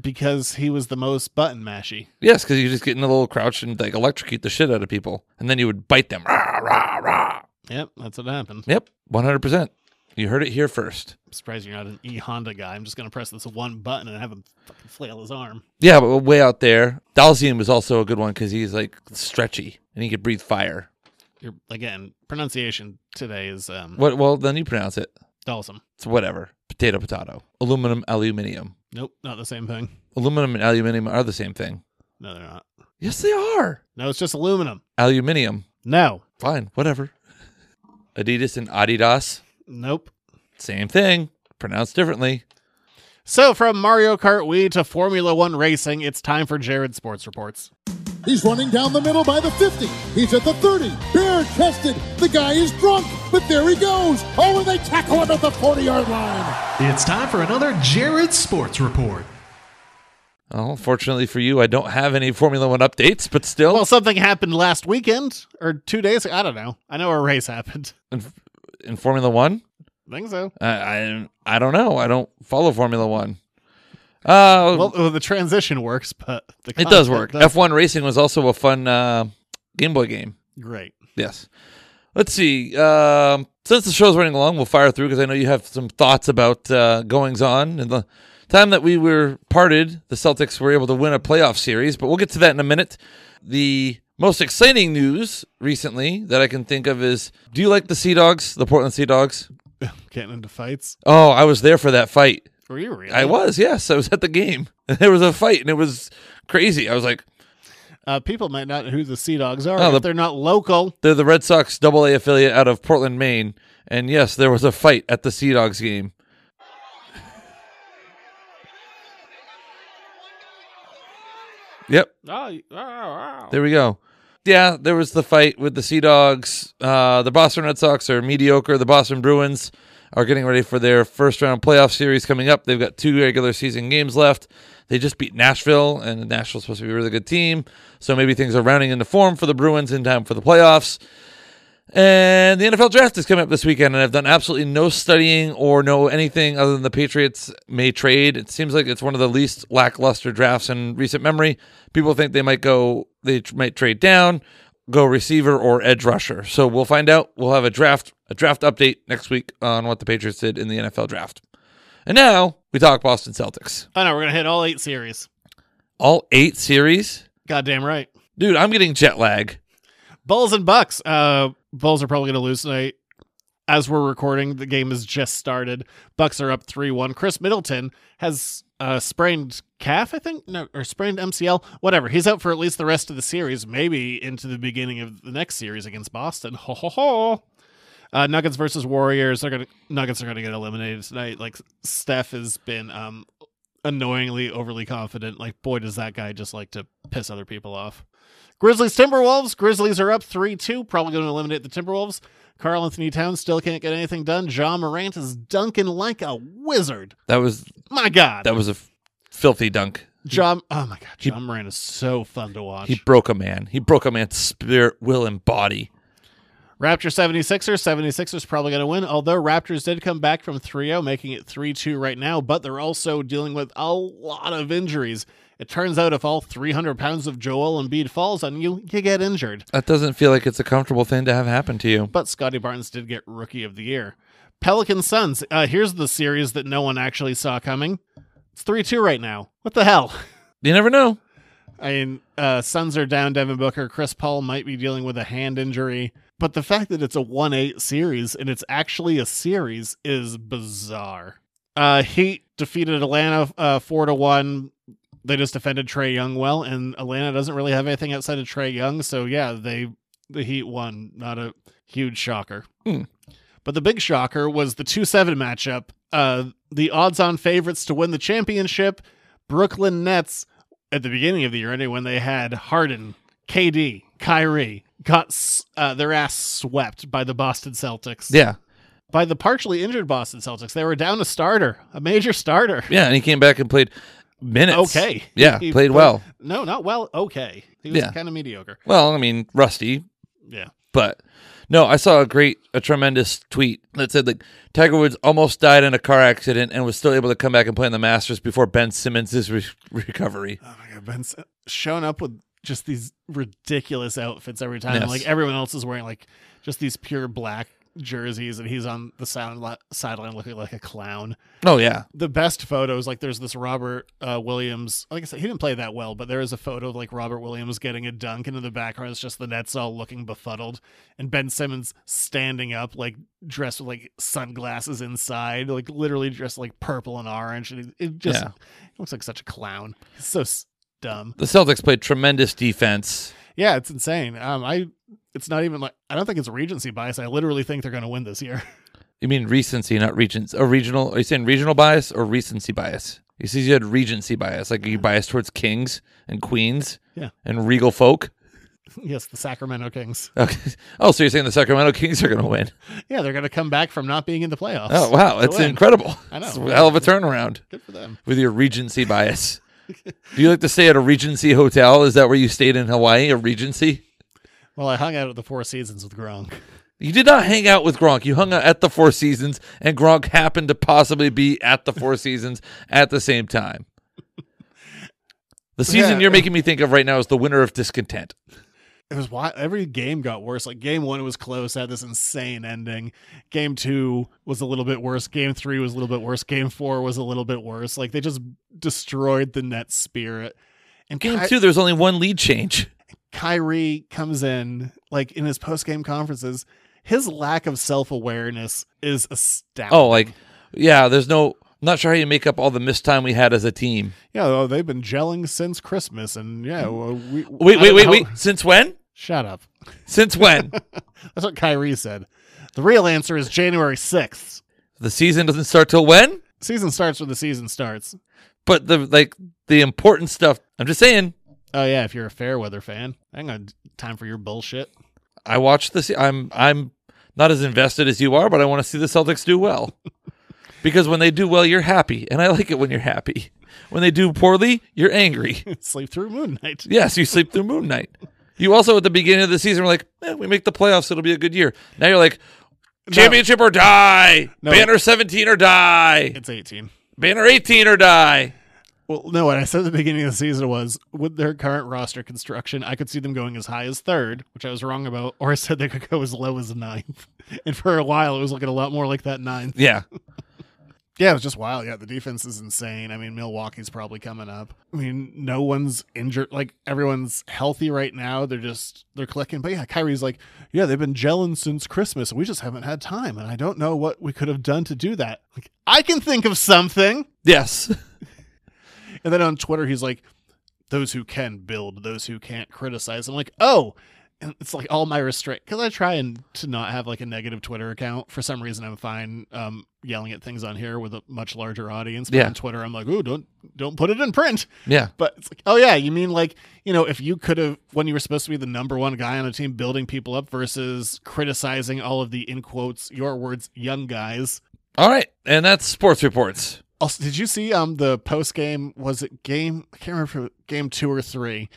Speaker 5: Because he was the most button mashy.
Speaker 6: Yes, because you just get in a little crouch and like electrocute the shit out of people, and then you would bite them. Rah, rah, rah.
Speaker 5: Yep, that's what happened.
Speaker 6: Yep, one hundred percent. You heard it here first.
Speaker 5: I'm surprised you're not an E Honda guy. I'm just gonna press this one button and have him fucking flail his arm.
Speaker 6: Yeah, but way out there, Dalzium is also a good one because he's like stretchy and he could breathe fire.
Speaker 5: You're again, pronunciation today is um
Speaker 6: What? Well, then you pronounce it.
Speaker 5: dulcim.
Speaker 6: It's whatever. Potato, potato. Aluminum, aluminium.
Speaker 5: Nope, not the same thing.
Speaker 6: Aluminum and aluminium are the same thing.
Speaker 5: No, they're not.
Speaker 6: Yes, they are.
Speaker 5: No, it's just aluminum.
Speaker 6: Aluminium.
Speaker 5: No.
Speaker 6: Fine, whatever. Adidas and Adidas.
Speaker 5: Nope.
Speaker 6: Same thing. Pronounced differently.
Speaker 5: So from Mario Kart Wii to Formula One racing, it's time for Jared Sports Reports.
Speaker 11: He's running down the middle by the 50. He's at the 30. Bare chested. The guy is drunk, but there he goes. Oh, and they tackle him at the 40 yard line.
Speaker 8: It's time for another Jared Sports Report.
Speaker 6: Well, fortunately for you, I don't have any Formula One updates, but still,
Speaker 5: Well, something happened last weekend or two days. I don't know. I know a race happened.
Speaker 6: in, in Formula One,
Speaker 5: I think so.
Speaker 6: I, I I don't know. I don't follow Formula One. Uh,
Speaker 5: Well, uh, the transition works, but the
Speaker 6: it does work.
Speaker 5: That's
Speaker 6: F1 racing was also a fun uh, Game Boy game.
Speaker 5: great.
Speaker 6: Yes. Let's see. Um, since the show's running along, we'll fire through because I know you have some thoughts about uh, goings on. And the time that we were parted, the Celtics were able to win a playoff series, but we'll get to that in a minute. The most exciting news recently that I can think of is do you like the Sea Dogs, the Portland Sea Dogs?
Speaker 5: Getting into fights.
Speaker 6: Oh, I was there for that fight.
Speaker 5: Were you really?
Speaker 6: I was, yes. I was at the game. There was a fight and it was crazy. I was like,
Speaker 5: Uh, people might not know who the Sea Dogs are
Speaker 6: Oh,
Speaker 5: if
Speaker 6: the-
Speaker 5: they're not local.
Speaker 6: They're the Red Sox Double A affiliate out of Portland, Maine. And yes, there was a fight at the Sea Dogs game. yep, there we go. Yeah, there was the fight with the Sea Dogs. Uh, the Boston Red Sox are mediocre. The Boston Bruins are getting ready for their first round playoff series coming up. They've got two regular season games left. They just beat Nashville, and Nashville's supposed to be a really good team. So maybe things are rounding into form for the Bruins in time for the playoffs. And the NFL draft is coming up this weekend, and I've done absolutely no studying or know anything other than the Patriots may trade. It seems like it's one of the least lackluster drafts in recent memory. People think they might go, they tr- might trade down, go receiver or edge rusher. So we'll find out. We'll have a draft, a draft update next week on what the Patriots did in the NFL draft. And now we talk Boston Celtics.
Speaker 5: I know we're gonna hit all eight series.
Speaker 6: All eight series,
Speaker 5: Goddamn right.
Speaker 6: dude. I'm getting jet lag.
Speaker 5: Bulls and Bucks. Uh, Bulls are probably gonna lose tonight. As we're recording, the game has just started. Bucks are up three one. Chris Middleton has uh, sprained calf, I think, no, or sprained MCL, whatever. He's out for at least the rest of the series, maybe into the beginning of the next series against Boston. Ho ho ho. Uh, Nuggets versus Warriors. They're gonna Nuggets are gonna get eliminated tonight. Like Steph has been um, annoyingly overly confident. Like boy, does that guy just like to piss other people off. Grizzlies Timberwolves. Grizzlies are up three two. Probably going to eliminate the Timberwolves. Carl Anthony Towns still can't get anything done. John Morant is dunking like a wizard.
Speaker 6: That was
Speaker 5: My God,
Speaker 6: that was a f- filthy dunk.
Speaker 5: John. Oh my God, John Morant is so fun to watch.
Speaker 6: He broke a man. He broke a man's spirit, will, and body.
Speaker 5: Raptor 76ers. 76ers probably going to win, although Raptors did come back from 3 0, making it 3 2 right now, but they're also dealing with a lot of injuries. It turns out if all 300 pounds of Joel Embiid falls on you, you get injured.
Speaker 6: That doesn't feel like it's a comfortable thing to have happen to you.
Speaker 5: But Scotty Barnes did get Rookie of the Year. Pelican Suns. Uh, here's the series that no one actually saw coming. It's 3 2 right now. What the hell?
Speaker 6: You never know.
Speaker 5: I mean, uh, Suns are down Devin Booker. Chris Paul might be dealing with a hand injury. But the fact that it's a 1 8 series and it's actually a series is bizarre. Uh, Heat defeated Atlanta uh, 4 to 1. They just defended Trey Young well, and Atlanta doesn't really have anything outside of Trey Young. So, yeah, they the Heat won. Not a huge shocker.
Speaker 6: Hmm.
Speaker 5: But the big shocker was the 2 7 matchup. Uh, the odds on favorites to win the championship, Brooklyn Nets, at the beginning of the year, anyway, when they had Harden, KD, Kyrie, got s- uh, their ass swept by the Boston Celtics.
Speaker 6: Yeah.
Speaker 5: By the partially injured Boston Celtics. They were down a starter, a major starter.
Speaker 6: Yeah, and he came back and played minutes.
Speaker 5: Okay.
Speaker 6: Yeah,
Speaker 5: He
Speaker 6: played well.
Speaker 5: No, not well. Okay. He was
Speaker 6: Yeah.
Speaker 5: kind of mediocre.
Speaker 6: Well, I mean, rusty,
Speaker 5: Yeah.
Speaker 6: but no, I saw a great, a tremendous tweet that said like Tiger Woods almost died in a car accident and was still able to come back and play in the Masters before Ben Simmons' re- recovery.
Speaker 5: Oh my god, Ben's shown up with just these ridiculous outfits every time.
Speaker 6: Yes.
Speaker 5: Like everyone else is wearing like just these pure black jerseys, and he's on the sound li- sideline looking like a clown.
Speaker 6: Oh yeah,
Speaker 5: The best photos, like there's this Robert uh, Williams. Like I said, he didn't play that well, but there is a photo of like Robert Williams getting a dunk, and in the background it's just the Nets all looking befuddled, and Ben Simmons standing up, like dressed with like sunglasses inside, like literally dressed like purple and orange, and it, it just
Speaker 6: Yeah.
Speaker 5: he looks like such a clown. He's so s- dumb.
Speaker 6: the Celtics played tremendous defense.
Speaker 5: Yeah, it's insane. Um, I it's not even like I don't think it's regency bias. I literally think they're going to win this year.
Speaker 6: You mean recency, not regents? Or regional? Are you saying regional bias or recency bias? You see, you had regency bias, like you bias towards kings and queens,
Speaker 5: Yeah.
Speaker 6: and regal folk.
Speaker 5: yes, the Sacramento Kings.
Speaker 6: Okay. Oh, so you're saying the Sacramento Kings are going to win?
Speaker 5: Yeah, they're going to come back from not being in the playoffs.
Speaker 6: Oh wow,
Speaker 5: to
Speaker 6: that's
Speaker 5: win.
Speaker 6: incredible!
Speaker 5: I know.
Speaker 6: It's a hell of a turnaround
Speaker 5: Good for them.
Speaker 6: with your Regency bias. Do you like to stay at a Regency hotel? Is that where you stayed in Hawaii? A Regency?
Speaker 5: Well, I hung out at the Four Seasons with Gronk.
Speaker 6: You did not hang out with Gronk. You hung out at the Four Seasons, and Gronk happened to possibly be at the Four Seasons at the same time. The season
Speaker 5: Yeah.
Speaker 6: you're making me think of right now is the winner of discontent.
Speaker 5: It was wild. every game got worse. Like game one was close, had this insane ending. Game two was a little bit worse. Game three was a little bit worse. Game four was a little bit worse. Like they just destroyed the net spirit. And
Speaker 6: Game
Speaker 5: Ky-
Speaker 6: two, there was only one lead change.
Speaker 5: Kyrie comes in, like in his post game conferences, his lack of self awareness is astounding.
Speaker 6: Oh, like, yeah, there's no. I'm not sure how you make up all the missed time we had as a team.
Speaker 5: yeah, oh, they've been gelling since Christmas, and yeah, well, we,
Speaker 6: Wait,
Speaker 5: I
Speaker 6: wait,
Speaker 5: don't
Speaker 6: wait,
Speaker 5: know-
Speaker 6: wait. Since when?
Speaker 5: Shut up.
Speaker 6: Since when?
Speaker 5: That's what Kyrie said. The real answer is January sixth.
Speaker 6: the season doesn't start till when?
Speaker 5: Season starts when the season starts.
Speaker 6: But the like the important stuff. I'm just saying.
Speaker 5: Oh yeah, if you're a fair weather fan, I ain't got time for your bullshit.
Speaker 6: I watched this. I'm I'm not as invested as you are, but I want to see the Celtics do well because when they do well, you're happy, and I like it when you're happy. When they do poorly, you're angry.
Speaker 5: Sleep through Moon Knight.
Speaker 6: Yes, you sleep through Moon Knight. You also at the beginning of the season were like, eh, we make the playoffs, it'll be a good year. Now you're like, championship or die,
Speaker 5: No.
Speaker 6: banner 17 or die,
Speaker 5: It's eighteen.
Speaker 6: banner 18 or die.
Speaker 5: Well, no, what I said at the beginning of the season was with their current roster construction, I could see them going as high as third, which I was wrong about, or I said they could go as low as ninth. And for a while, it was looking a lot more like that ninth.
Speaker 6: Yeah,
Speaker 5: Yeah, it was just wild. Yeah, the defense is insane. I mean, Milwaukee's probably coming up. I mean, no one's injured. Like, everyone's healthy right now. They're just, they're clicking. But yeah, Kyrie's like, yeah, they've been gelling since Christmas, and we just haven't had time. And I don't know what we could have done to do that. Like, I can think of something.
Speaker 6: yes.
Speaker 5: And then on Twitter, he's like, "Those who can build, those who can't criticize." I'm like, "Oh," and it's like all my restraint because I try and to not have like a negative Twitter account. For some reason, I'm fine um, yelling at things on here with a much larger audience. But
Speaker 6: Yeah.
Speaker 5: on Twitter, I'm like, "Ooh, don't don't put it in print."
Speaker 6: Yeah.
Speaker 5: But it's like, oh yeah, you mean like you know if you could have when you were supposed to be the number one guy on a team building people up versus criticizing all of the in quotes your words young guys.
Speaker 6: All right. And that's sports reports.
Speaker 5: Also, did you see um the post game? Was it game? I can't remember. If it, game two or three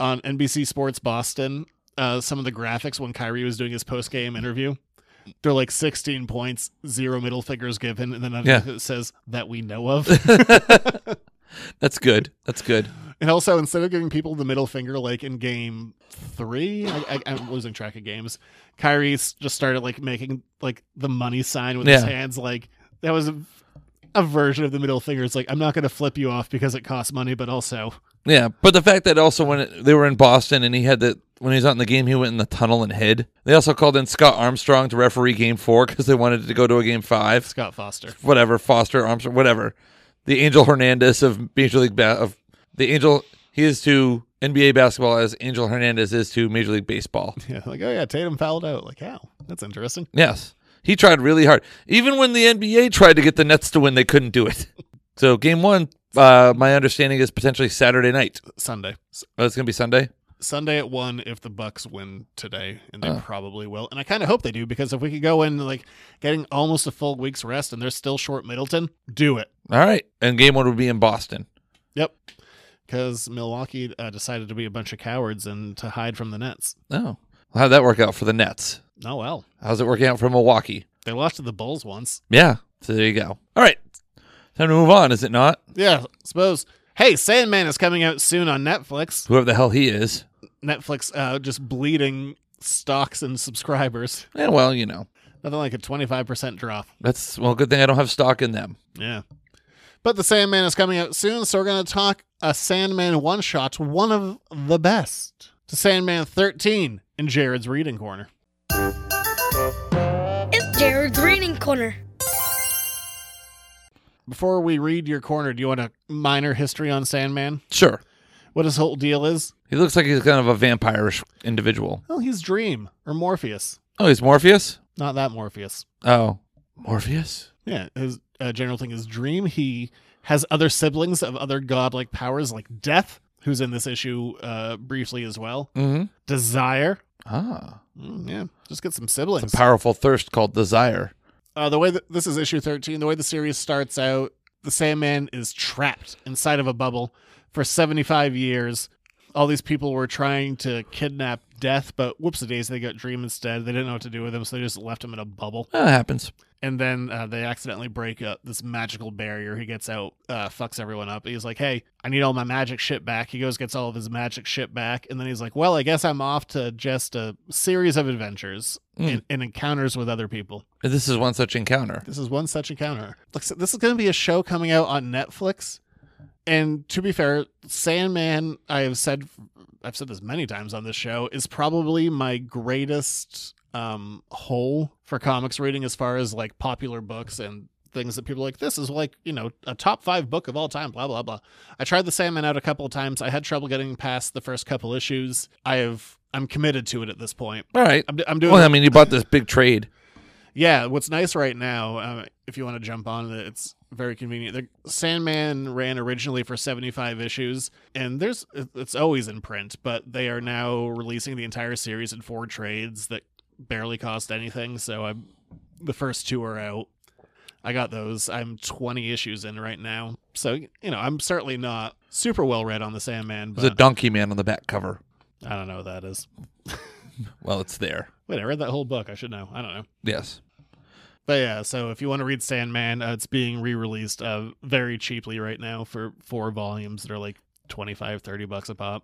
Speaker 5: on NBC Sports Boston. Uh, some of the graphics when Kyrie was doing his post game interview, they're like sixteen points, zero middle fingers given, and then underneath
Speaker 6: Yeah.
Speaker 5: it says that we know of.
Speaker 6: That's good. That's good.
Speaker 5: and also, instead of giving people the middle finger like in game three, I, I, I'm losing track of games. Kyrie s- just started like making like the money sign with his
Speaker 6: Yeah.
Speaker 5: hands. Like that was a, a version of the middle finger. It's like I'm not going to flip you off because it costs money, but also
Speaker 6: Yeah, but the fact that also when it, they were in Boston and he had the when he was out in the game, he went in the tunnel and hid. They also called in Scott Armstrong to referee Game Four because they wanted to go to a Game Five.
Speaker 5: Scott Foster.
Speaker 6: Whatever, Foster Armstrong, whatever. The Angel Hernandez of Major League ba- of the Angel, he is to NBA basketball as Angel Hernandez is to Major League Baseball.
Speaker 5: Yeah, like oh yeah, Tatum fouled out. Like how? That's interesting.
Speaker 6: Yes, He tried really hard. Even when the NBA tried to get the Nets to win, they couldn't do it. So game one, uh, my understanding is potentially Saturday night.
Speaker 5: Sunday.
Speaker 6: Oh, it's gonna be Sunday.
Speaker 5: Sunday at one if the Bucks win today, and they probably will. And I kind of hope they do because if we could go in like getting almost a full week's rest and they're still short Middleton, do it.
Speaker 6: All right, and game one would be in Boston.
Speaker 5: Yep, because Milwaukee uh, decided to be a bunch of cowards and to hide from the Nets.
Speaker 6: Oh, how'd that work out for the Nets?
Speaker 5: Oh well,
Speaker 6: How's it working out for Milwaukee?
Speaker 5: they lost to the Bulls once.
Speaker 6: Yeah. So there you go. All right, time to move on, is it not?
Speaker 5: Yeah, suppose. Hey, Sandman is coming out soon on Netflix.
Speaker 6: Whoever the hell he is.
Speaker 5: Netflix uh, just bleeding stocks and subscribers.
Speaker 6: Yeah, Eh, well, you know,
Speaker 5: Nothing like a twenty five percent drop.
Speaker 6: that's well, good thing I don't have stock in them.
Speaker 5: Yeah. But the Sandman is coming out soon, so we're going to talk a Sandman one shot, one of the best, to Sandman 13 in Jared's Reading Corner.
Speaker 12: It's Jared's Reading Corner.
Speaker 5: Before we read your corner, do you want a minor history on Sandman?
Speaker 6: Sure.
Speaker 5: What his whole deal is?
Speaker 6: He looks like he's kind of a vampirish individual.
Speaker 5: Well, he's Dream or Morpheus.
Speaker 6: Oh, he's Morpheus?
Speaker 5: Not that Morpheus.
Speaker 6: Oh, Morpheus?
Speaker 5: Yeah, his uh, general thing is Dream. He has other siblings of other godlike powers like Death, who's in this issue uh, briefly as well.
Speaker 6: Mm-hmm.
Speaker 5: Desire.
Speaker 6: Ah,
Speaker 5: Mm, yeah, just get some siblings.
Speaker 6: it's a powerful thirst called desire.
Speaker 5: uh, the way that this is issue 13 the way the series starts out the sandman is trapped inside of a bubble for 75 years all these people were trying to kidnap death but whoops a days they got dream instead they didn't know what to do with him so they just left him in a bubble
Speaker 6: That Ah, happens.
Speaker 5: and then uh, they accidentally break up this magical barrier he gets out uh, fucks everyone up he's like hey i need all my magic shit back he goes gets all of his magic shit back and then he's like well i guess i'm off to just a series of adventures and, and encounters with other people
Speaker 6: And This is one such encounter.
Speaker 5: this is one such encounter. Like, so this is going to be a show coming out on Netflix. And to be fair, Sandman, I have said, I've said this many times on this show, is probably my greatest um hole for comics reading as far as like popular books and things that people are like this is like you know a top five book of all time blah blah blah i tried the sandman out a couple of times i had trouble getting past the first couple issues i have i'm committed to it at this point
Speaker 6: All right.
Speaker 5: i'm, I'm doing
Speaker 6: Well, I mean, you bought this big trade.
Speaker 5: yeah, what's nice right now, um, if you want to jump on it, it's very convenient. The Sandman ran originally for 75 issues, and there's it- it's always in print, but they are now releasing the entire series in four trades that barely cost anything. So I'm the first two are out. I got those. I'm 20 issues in right now, so you know I'm certainly not super well read on the Sandman,
Speaker 6: There's a
Speaker 5: but
Speaker 6: donkey man on the back cover.
Speaker 5: I don't know what that is.
Speaker 6: Well, it's there.
Speaker 5: Wait, I read that whole book. I should know. I don't know.
Speaker 6: Yes.
Speaker 5: But yeah, so if you want to read Sandman, uh, it's being re-released uh, very cheaply right now for four volumes that are like 25, 30 bucks a pop.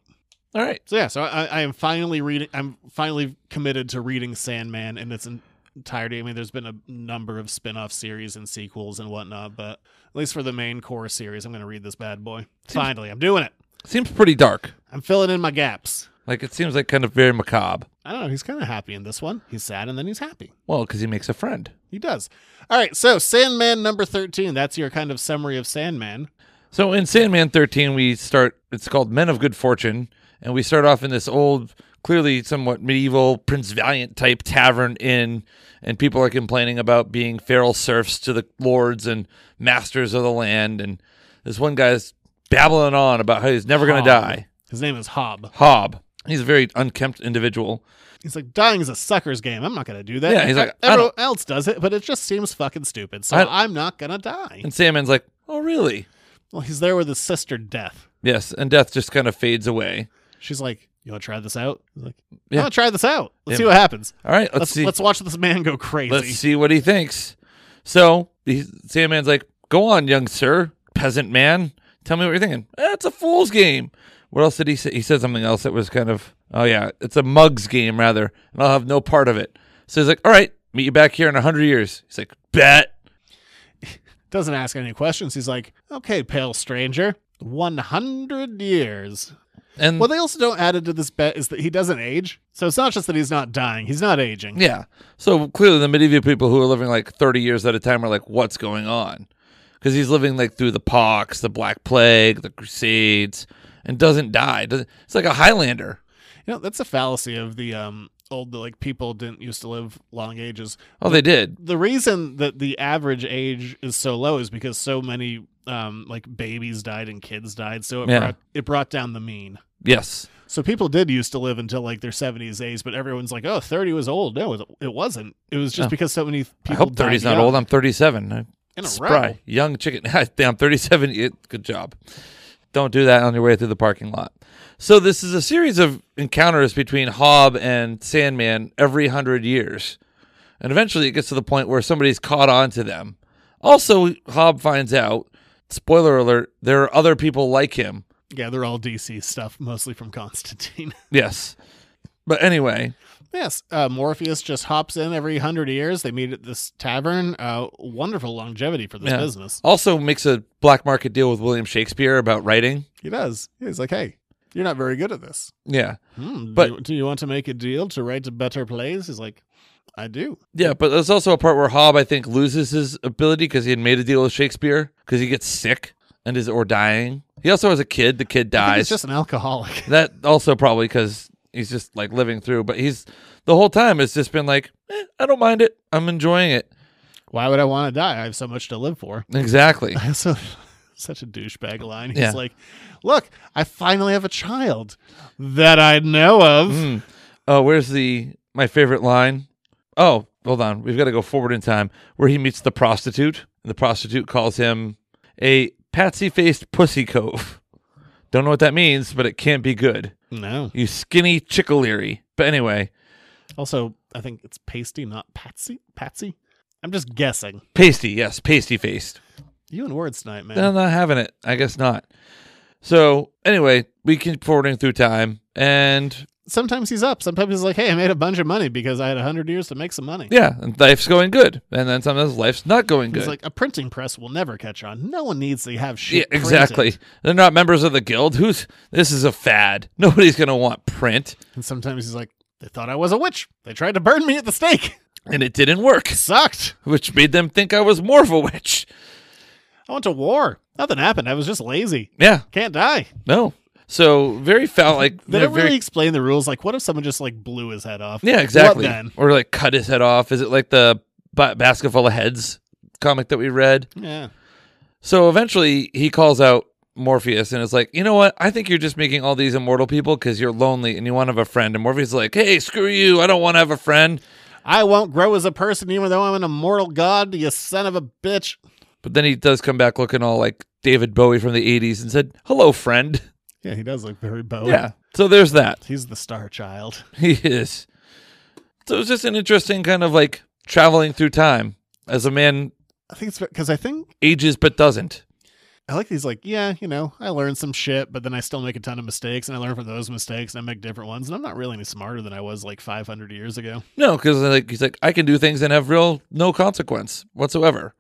Speaker 6: All right.
Speaker 5: So yeah, so I, I am finally reading. I'm finally committed to reading Sandman in its en- entirety. I mean, there's been a number of spin-off series and sequels and whatnot, but at least for the main core series, I'm going to read this bad boy. Finally, I'm doing it.
Speaker 6: Seems pretty dark.
Speaker 5: I'm filling in my gaps.
Speaker 6: Like it seems like kind of very macabre.
Speaker 5: I don't know. He's kind of happy in this one. He's sad and then he's happy.
Speaker 6: Well, because he makes a friend.
Speaker 5: He does. All right, so Sandman number 13. That's your kind of summary of Sandman.
Speaker 6: So in Sandman 13, we start, it's called Men of Good Fortune, and we start off in this old, clearly somewhat medieval Prince Valiant type tavern inn, and people are complaining about being feral serfs to the lords and masters of the land. And this one guy's babbling on about how he's never going to
Speaker 5: Hob.
Speaker 6: die.
Speaker 5: His name is Hob.
Speaker 6: Hob. He's a very unkempt individual.
Speaker 5: He's like, dying is a sucker's game. I'm not going to do that.
Speaker 6: Yeah, he's
Speaker 5: In fact,
Speaker 6: like, I don't-
Speaker 5: everyone else does it, but it just seems fucking stupid. So
Speaker 6: I-
Speaker 5: I'm not going to die.
Speaker 6: And Sandman's like, oh, really?
Speaker 5: Well, he's there with his sister, Death.
Speaker 6: Yes. And death just kind of fades away.
Speaker 5: She's like, you want to try this out? He's like,
Speaker 6: Yeah.
Speaker 5: yeah, try this out. Let's
Speaker 6: Yeah.
Speaker 5: see what happens.
Speaker 6: All right, let's
Speaker 5: Let's,
Speaker 6: see.
Speaker 5: let's watch this man go crazy.
Speaker 6: Let's see what he thinks. So the Sandman's like, "Go on, young sir, peasant man. Tell me what you're thinking. Eh, it's a fool's game." What else did he say? He said something else that was kind of, "Oh yeah, it's a mug's game rather, and I'll have no part of it." So he's like, "All right, meet you back here in a hundred years." He's like, "Bet."
Speaker 5: Doesn't ask any questions. He's like, okay, pale stranger, 100 years.
Speaker 6: And
Speaker 5: What they also don't add into this bet is that he doesn't age. So it's not just that he's not dying, he's not aging.
Speaker 6: yeah, so clearly the medieval people who are living like thirty years at a time are like, "What's going on?" Because he's living like through the pox, the Black Plague, the Crusades, and doesn't die. Doesn't- It's like a Highlander.
Speaker 5: You know, that's a fallacy of the um old that like people didn't used to live long ages.
Speaker 6: Oh, they did.
Speaker 5: The reason that the average age is so low is because so many um like babies died and kids died, so it
Speaker 6: Yeah.
Speaker 5: brought, it brought down the mean.
Speaker 6: Yes.
Speaker 5: So people did used to live until like their 70s, 80s, but everyone's like, "Oh, 30 was old." No, it- it wasn't. It was just
Speaker 6: No.
Speaker 5: because so many people
Speaker 6: Oh. I hope
Speaker 5: died
Speaker 6: 30's not
Speaker 5: young.
Speaker 6: old. I'm 37. I-
Speaker 5: In a
Speaker 6: spry,
Speaker 5: row.
Speaker 6: young chicken. Damn, 37. Yeah, Good job. Don't do that on your way through the parking lot. So this is a series of encounters between Hob and Sandman every hundred years, and eventually it gets to the point where somebody's caught on to them. Also, Hob finds out. Spoiler alert: there are other people like him
Speaker 5: Yeah, they're all DC stuff, mostly from Constantine.
Speaker 6: Yes. But anyway,
Speaker 5: Yes, uh, Morpheus just hops in every hundred years. They meet at this tavern. Uh, wonderful longevity for this
Speaker 6: yeah.
Speaker 5: business.
Speaker 6: also makes a black market deal with William Shakespeare about writing.
Speaker 5: He does. He's like, "Hey, you're not very good at this.
Speaker 6: Yeah.
Speaker 5: Hmm,
Speaker 6: But-
Speaker 5: do, you- do you want to make a deal to write better plays?" He's like, "I do."
Speaker 6: Yeah, but there's also a part where Hobb, I think, loses his ability because he had made a deal with Shakespeare because he gets sick and is or dying. He also has a kid. The kid
Speaker 5: I think
Speaker 6: dies.
Speaker 5: He's just an alcoholic.
Speaker 6: that also probably because he's just like living through. But he's the whole time has just been like, "Eh, I don't mind it. I'm enjoying it.
Speaker 5: Why would I want to die? I have so much to live for.
Speaker 6: Exactly.
Speaker 5: So, such a douchebag line. He's
Speaker 6: Yeah.
Speaker 5: like, "Look, I finally have a child that I know of."
Speaker 6: Mm. Oh, where's the my favorite line? Oh, hold on. We've got to go forward in time where he meets the prostitute. And the prostitute calls him a patsy faced pussy cove. Don't know what that means, but it can't be good.
Speaker 5: No.
Speaker 6: You skinny chickaleary. But anyway,
Speaker 5: Also, I think it's pasty, not patsy. Patsy. I'm just guessing.
Speaker 6: pasty, yes, pasty faced.
Speaker 5: You and words tonight, man.
Speaker 6: I'm not having it. I guess not. So anyway, we keep forwarding through time and
Speaker 5: Sometimes he's up. Sometimes he's like, "Hey, I made a bunch of money because I had hundred years to make some money."
Speaker 6: yeah, and life's going good. And then sometimes life's not going good.
Speaker 5: He's like, "A printing press will never catch on. No one needs to have
Speaker 6: Yeah,
Speaker 5: shit."
Speaker 6: exactly.
Speaker 5: printed."
Speaker 6: They're not members of the guild. Who's this is a fad. Nobody's gonna want print,
Speaker 5: And sometimes he's like, "They thought I was a witch. They tried to burn me at the stake.
Speaker 6: and it didn't work,
Speaker 5: Sucked.
Speaker 6: which made them think I was more of a witch.
Speaker 5: I went to war. Nothing happened. I was just lazy.
Speaker 6: Yeah,
Speaker 5: Can't die."
Speaker 6: no. So very foul. Like
Speaker 5: They
Speaker 6: they're
Speaker 5: don't
Speaker 6: very,
Speaker 5: really explain the rules. Like, what if someone just like blew his head off?
Speaker 6: yeah, exactly.
Speaker 5: What then?
Speaker 6: Or like cut his head off. Is it like the ba- basket full of heads comic that we read?
Speaker 5: Yeah.
Speaker 6: So eventually he calls out Morpheus and is like, you know what? I think you're just making all these immortal people because you're lonely and you want to have a friend. And Morpheus is like, hey, screw you. I don't want to have a friend.
Speaker 5: I won't grow as a person even though I'm an immortal god, you son of a bitch.
Speaker 6: But then he does come back looking all like David Bowie from the 80s and said, Hello, friend.
Speaker 5: Yeah, he does look very Bowie.
Speaker 6: Yeah. So there's that.
Speaker 5: He's the star child.
Speaker 6: He is. So it's just an interesting kind of like traveling through time as a man
Speaker 5: I think it's because I think
Speaker 6: ages but doesn't.
Speaker 5: I like these, like, yeah, you know, I learned some shit, but then I still make a ton of mistakes and I learn from those mistakes and I make different ones. And I'm not really any smarter than I was like 500 years ago.
Speaker 6: No, because like he's like, I can do things and have real no consequence whatsoever.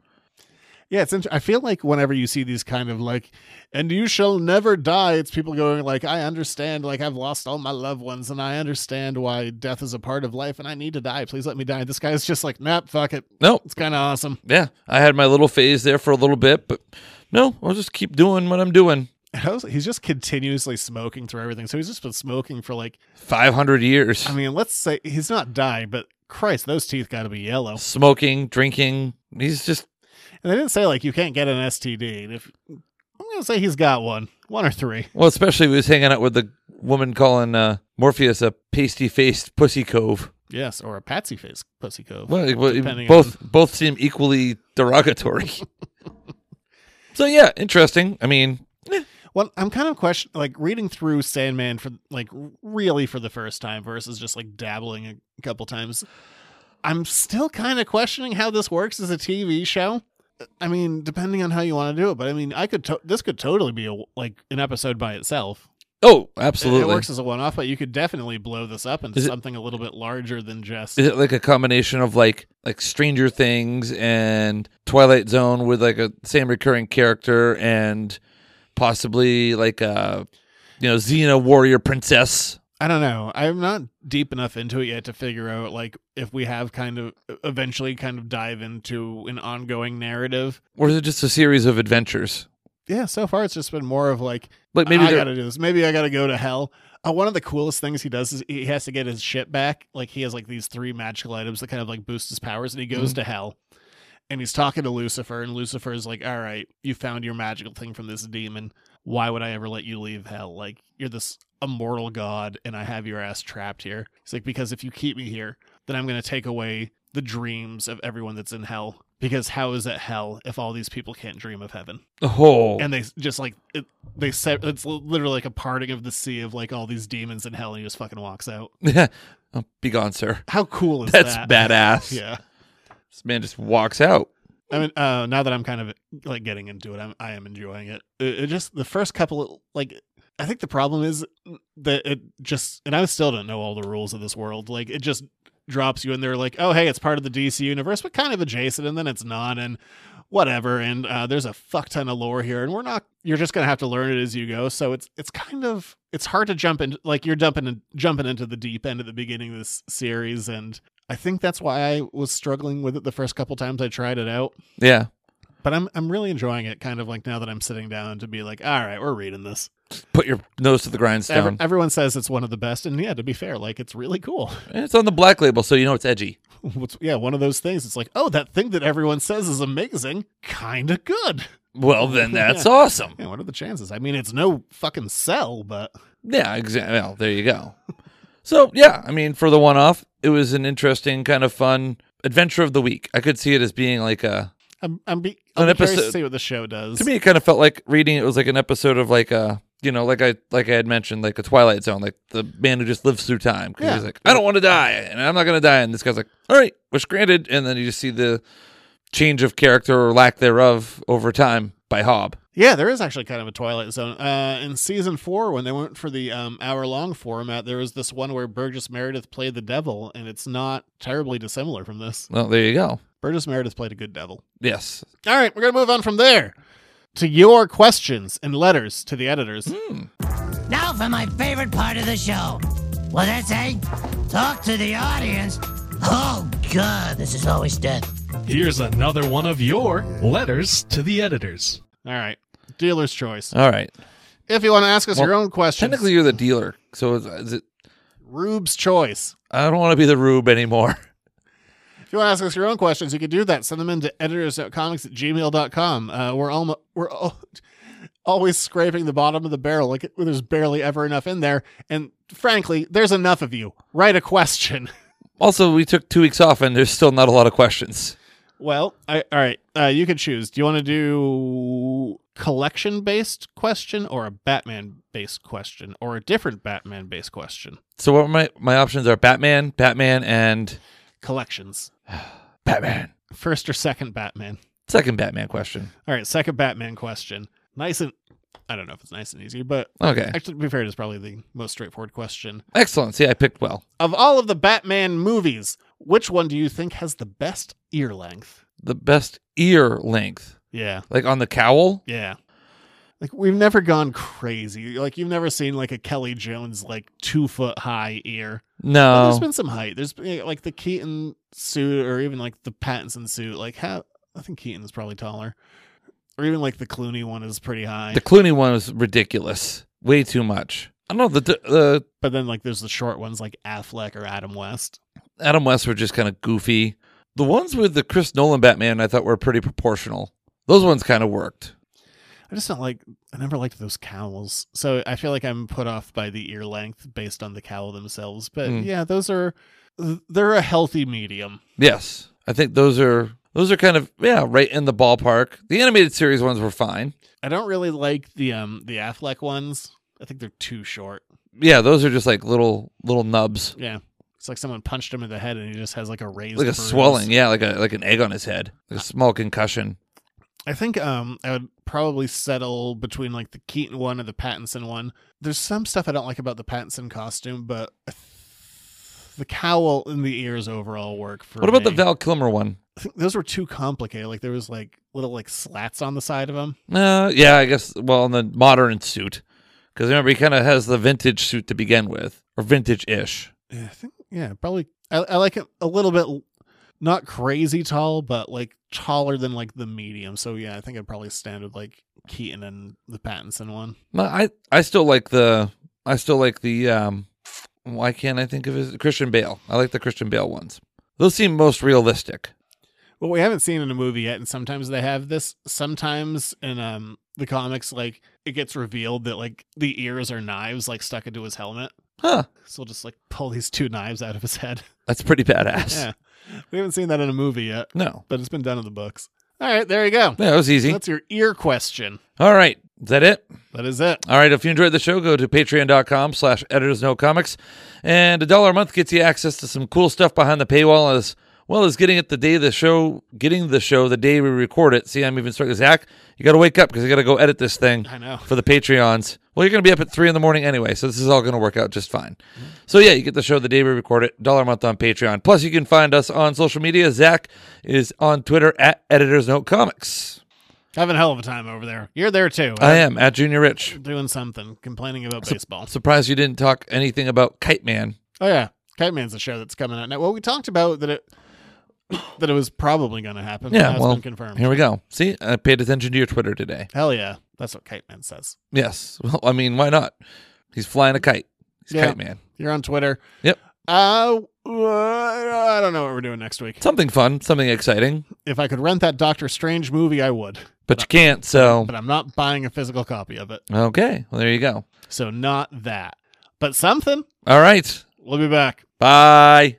Speaker 5: Yeah, it's. Inter- I feel like whenever you see these kind of like, and you shall never die, it's people going like, I understand. Like I've lost all my loved ones, and I understand why death is a part of life, and I need to die. Please let me die. This guy's just like, nah, fuck it.
Speaker 6: No.
Speaker 5: It's kind of awesome.
Speaker 6: Yeah. I had my little phase there for a little bit, but no, I'll just keep doing what I'm doing.
Speaker 5: And I was- He's just continuously smoking through everything. So he's just been smoking for like,
Speaker 6: 500 years.
Speaker 5: I mean, let's say he's not dying, but Christ, those teeth got to be yellow.
Speaker 6: Smoking, drinking. He's just,
Speaker 5: And they didn't say like you can't get an STD. And if I'm gonna say he's got one, one or three.
Speaker 6: well, especially he was hanging out with the woman calling uh, Morpheus a pasty faced pussy cove.
Speaker 5: Yes, or a patsy face pussy cove.
Speaker 6: Well, it- well, it-
Speaker 5: depending
Speaker 6: both both seem equally derogatory. so yeah, interesting. I mean,
Speaker 5: Well, I'm kind of question like reading through Sandman for like really for the first time versus just like dabbling a couple times. I'm still kind of questioning how this works as a TV show. I mean, depending on how you want to do it, but I mean, I could to- this could totally be a, like an episode by itself.
Speaker 6: oh,
Speaker 5: It-
Speaker 6: absolutely.
Speaker 5: It, works as a one-off, but you could definitely blow this up into
Speaker 6: Is it-
Speaker 5: something a little bit larger than just
Speaker 6: Is it like a combination of like like Stranger Things and Twilight Zone with like a same recurring character and possibly like a you know Xena warrior princess?
Speaker 5: I don't know. I'm not deep enough into it yet to figure out like if we have kind of e, eventually kind of dive into an ongoing narrative
Speaker 6: Or is it just a series of adventures?
Speaker 5: yeah, so far it's just been more of like,
Speaker 6: Like, maybe
Speaker 5: I
Speaker 6: they're-
Speaker 5: gotta do this. Maybe I gotta go to hell. Uh, one of the coolest things he does is he has to get his shit back. Like he has like these three magical items that kind of like boost his powers, and he goes
Speaker 6: Mm-hmm.
Speaker 5: to hell. And he's talking to Lucifer, and Lucifer is like, "All right, you found your magical thing from this demon. Why would I ever let you leave hell? Like you're this immortal god, and I have your ass trapped here." He's like, "Because if you keep me here, then I'm gonna take away the dreams of everyone that's in hell. Because how is it hell if all these people can't dream of heaven?"
Speaker 6: Oh,
Speaker 5: and they s- just like it, they said it's li- literally like a parting of the sea of like all these demons in hell and he just fucking walks out
Speaker 6: Oh, be gone, sir.
Speaker 5: how cool is
Speaker 6: That's
Speaker 5: that
Speaker 6: badass.
Speaker 5: yeah
Speaker 6: This man just walks out.
Speaker 5: i mean uh now that i'm kind of like getting into it i'm i am enjoying it it, it just the first couple of, like i think the problem is that it just and i still don't know all the rules of this world like it just drops you in there like oh hey it's part of the dc universe but kind of adjacent and then it's not and whatever and uh, there's a fuck ton of lore here and we're not you're just gonna have to learn it as you go so it's it's kind of it's hard to jump in like you're dumping in- jumping into the deep end at the beginning of this series and i think that's why i was struggling with it the first couple times i tried it out
Speaker 6: Yeah.
Speaker 5: but i'm i'm really enjoying it kind of like now that i'm sitting down to be like all right we're reading this
Speaker 6: Put your nose to the grindstone.
Speaker 5: Every- everyone says it's one of the best and yeah to be fair like it's really cool
Speaker 6: And it's on the black label, so you know it's edgy.
Speaker 5: What's, yeah one of those things it's like oh that thing that everyone says is amazing kind of good
Speaker 6: Well, then that's
Speaker 5: Yeah.
Speaker 6: awesome.
Speaker 5: Yeah, what are the chances? I mean, it's no fucking sell, but
Speaker 6: Yeah, exactly. Well, there you go. So, yeah, I mean, for the one off, it was an interesting, kind of fun adventure of the week. I could see it as being like a.
Speaker 5: I'm I'm, be,
Speaker 6: An
Speaker 5: I'm curious to
Speaker 6: episode-
Speaker 5: see what the show does.
Speaker 6: To me, it kind of felt like reading it was like an episode of like a. You know, like I like I had mentioned, like a Twilight Zone, like the man who just lives through time. 'Cause
Speaker 5: Yeah.
Speaker 6: He's like, I don't want to die, and I'm not going to die. And this guy's like, All right, wish granted. And then you just see the change of character or lack thereof over time by Hob.
Speaker 5: yeah, there is actually kind of a Twilight Zone. Uh, in season four, when they went for the um, hour long format, there was this one where Burgess Meredith played the devil, and it's not terribly dissimilar from this.
Speaker 6: Well, there you go.
Speaker 5: Burgess Meredith played a good devil.
Speaker 6: Yes,
Speaker 5: All right, we're gonna move on from there to your questions and letters to the editors.
Speaker 6: Hmm.
Speaker 13: Now for my favorite part of the show. Well, that's a talk to the audience. Oh, God, this is always death.
Speaker 8: Here's another one of your letters to the editors.
Speaker 5: All right, dealer's choice.
Speaker 6: All right.
Speaker 5: If you want to ask us
Speaker 6: Well,
Speaker 5: your own questions,
Speaker 6: Technically, you're the dealer. So is, is it?
Speaker 5: Rube's choice.
Speaker 6: I don't want to be the rube anymore.
Speaker 5: If you want to ask us your own questions, you can do that. Send them in to editors.comics at gmail.com. Uh, we're almost, we're al- always scraping the bottom of the barrel. Like there's barely ever enough in there. And frankly, there's enough of you. Write a question.
Speaker 6: Also, we took two weeks off, and there's still not a lot of questions.
Speaker 5: Well, I, all right. Uh, you can choose. Do you want to do collection based question or a Batman based question or a different Batman based question?
Speaker 6: So what my my options are: Batman, Batman, and
Speaker 5: Collections.
Speaker 6: Batman.
Speaker 5: First or second Batman?
Speaker 6: Second Batman question.
Speaker 5: All right, second Batman question. Nice and I don't know if it's nice and easy, but
Speaker 6: Okay.
Speaker 5: Actually, to be fair, it is probably the most straightforward question
Speaker 6: Excellent. See, I picked well.
Speaker 5: of all of the Batman movies. Which one do you think has the best ear length?
Speaker 6: The best ear length,
Speaker 5: Yeah,
Speaker 6: like on the cowl.
Speaker 5: yeah. Like we've never gone crazy. Like you've never seen like a Kelly Jones like two foot high ear. But
Speaker 6: No.
Speaker 5: there's been some height. There's been, like the Keaton suit, or even like the Pattinson suit. Like how I think Keaton's probably taller, or even like the Clooney one is pretty high.
Speaker 6: the Clooney one was ridiculous. Way too much. I don't know. The the
Speaker 5: But then like there's the short ones like Affleck or Adam West.
Speaker 6: Adam West were just kind of goofy. The ones with the Chris Nolan Batman, I thought were pretty proportional. Those ones kind of worked.
Speaker 5: I just don't like. I never liked those cowls, so I feel like I'm put off by the ear length based on the cowl themselves. But
Speaker 6: Mm.
Speaker 5: yeah, those are they're a healthy medium.
Speaker 6: Yes, I think those are those are kind of yeah right in the ballpark. The animated series ones were fine.
Speaker 5: I don't really like the um the Affleck ones. I think they're too short.
Speaker 6: Yeah, those are just like little little nubs,
Speaker 5: Yeah, it's like someone punched him in the head and he just has like a raised
Speaker 6: like a
Speaker 5: bruise.
Speaker 6: swelling. Yeah, like a like an egg on his head, like a small concussion.
Speaker 5: I think um I would probably settle between like the Keaton one and the Pattinson one. There's some stuff I don't like about the Pattinson costume, but the cowl and the ears overall work for.
Speaker 6: What about the
Speaker 5: me.
Speaker 6: Val Kilmer one?
Speaker 5: I think those were too complicated. Like there was like little like slats on the side of them.
Speaker 6: Uh, yeah, I guess. Well, in the modern suit, because remember he kind of has the vintage suit to begin with, or vintage ish.
Speaker 5: Yeah, I think yeah, probably. I, I like it a little bit not crazy tall, but like taller than like the medium. So yeah, I think I'd probably stand with like Keaton and the Pattinson one.
Speaker 6: No, I I still like the I still like the um why can't I think of his Christian Bale? I like the Christian Bale ones. Those seem most realistic.
Speaker 5: Well, we haven't seen in a movie yet, and sometimes they have this. Sometimes in um the comics, like it gets revealed that like the ears are knives like stuck into his helmet.
Speaker 6: Huh.
Speaker 5: So we'll just like pull these two knives out of his head.
Speaker 6: That's pretty badass.
Speaker 5: yeah. We haven't seen that in a movie yet.
Speaker 6: No.
Speaker 5: But it's been done in the books. All right, there you go.
Speaker 6: Yeah, that was easy.
Speaker 5: That's your ear question.
Speaker 6: All right. Is that it?
Speaker 5: That is it.
Speaker 6: All right. If you enjoyed the show, go to patreon.com slash editors no comics. And a dollar a month gets you access to some cool stuff behind the paywall as well as getting it the day the show, getting the show the day we record it. See, I'm even starting Zach, you got to wake up because you got to go edit this thing
Speaker 5: I know.
Speaker 6: for the Patreons. Well, you're going to be up at three in the morning anyway, so this is all going to work out just fine. So, yeah, you get the show the day we record it, dollar a month on Patreon. Plus, you can find us on social media. Zach is on Twitter at Editors Note Comics.
Speaker 5: Having a hell of a time over there. You're there too.
Speaker 6: I am at Junior Rich.
Speaker 5: Doing something, complaining about
Speaker 6: Su-
Speaker 5: baseball.
Speaker 6: Surprised you didn't talk anything about Kite Man.
Speaker 5: Oh yeah, Kite Man's a show that's coming out now. Well, we talked about that it that it was probably going to happen.
Speaker 6: Yeah,
Speaker 5: That's
Speaker 6: well,
Speaker 5: been confirmed.
Speaker 6: here we go. See, I paid attention to your Twitter today.
Speaker 5: Hell yeah, that's what Kite Man says.
Speaker 6: Yes. Well, I mean, why not? He's flying a kite. He's
Speaker 5: Yeah.
Speaker 6: Kite Man.
Speaker 5: You're on Twitter.
Speaker 6: Yep.
Speaker 5: Uh, uh, I don't know what we're doing next week.
Speaker 6: Something fun, something exciting,
Speaker 5: If I could rent that Doctor Strange movie, I would.
Speaker 6: but you can't, so.
Speaker 5: But I'm not buying a physical copy of it,
Speaker 6: Okay. Well, there you go.
Speaker 5: so not that. But something.
Speaker 6: All right.
Speaker 5: We'll be back.
Speaker 6: Bye.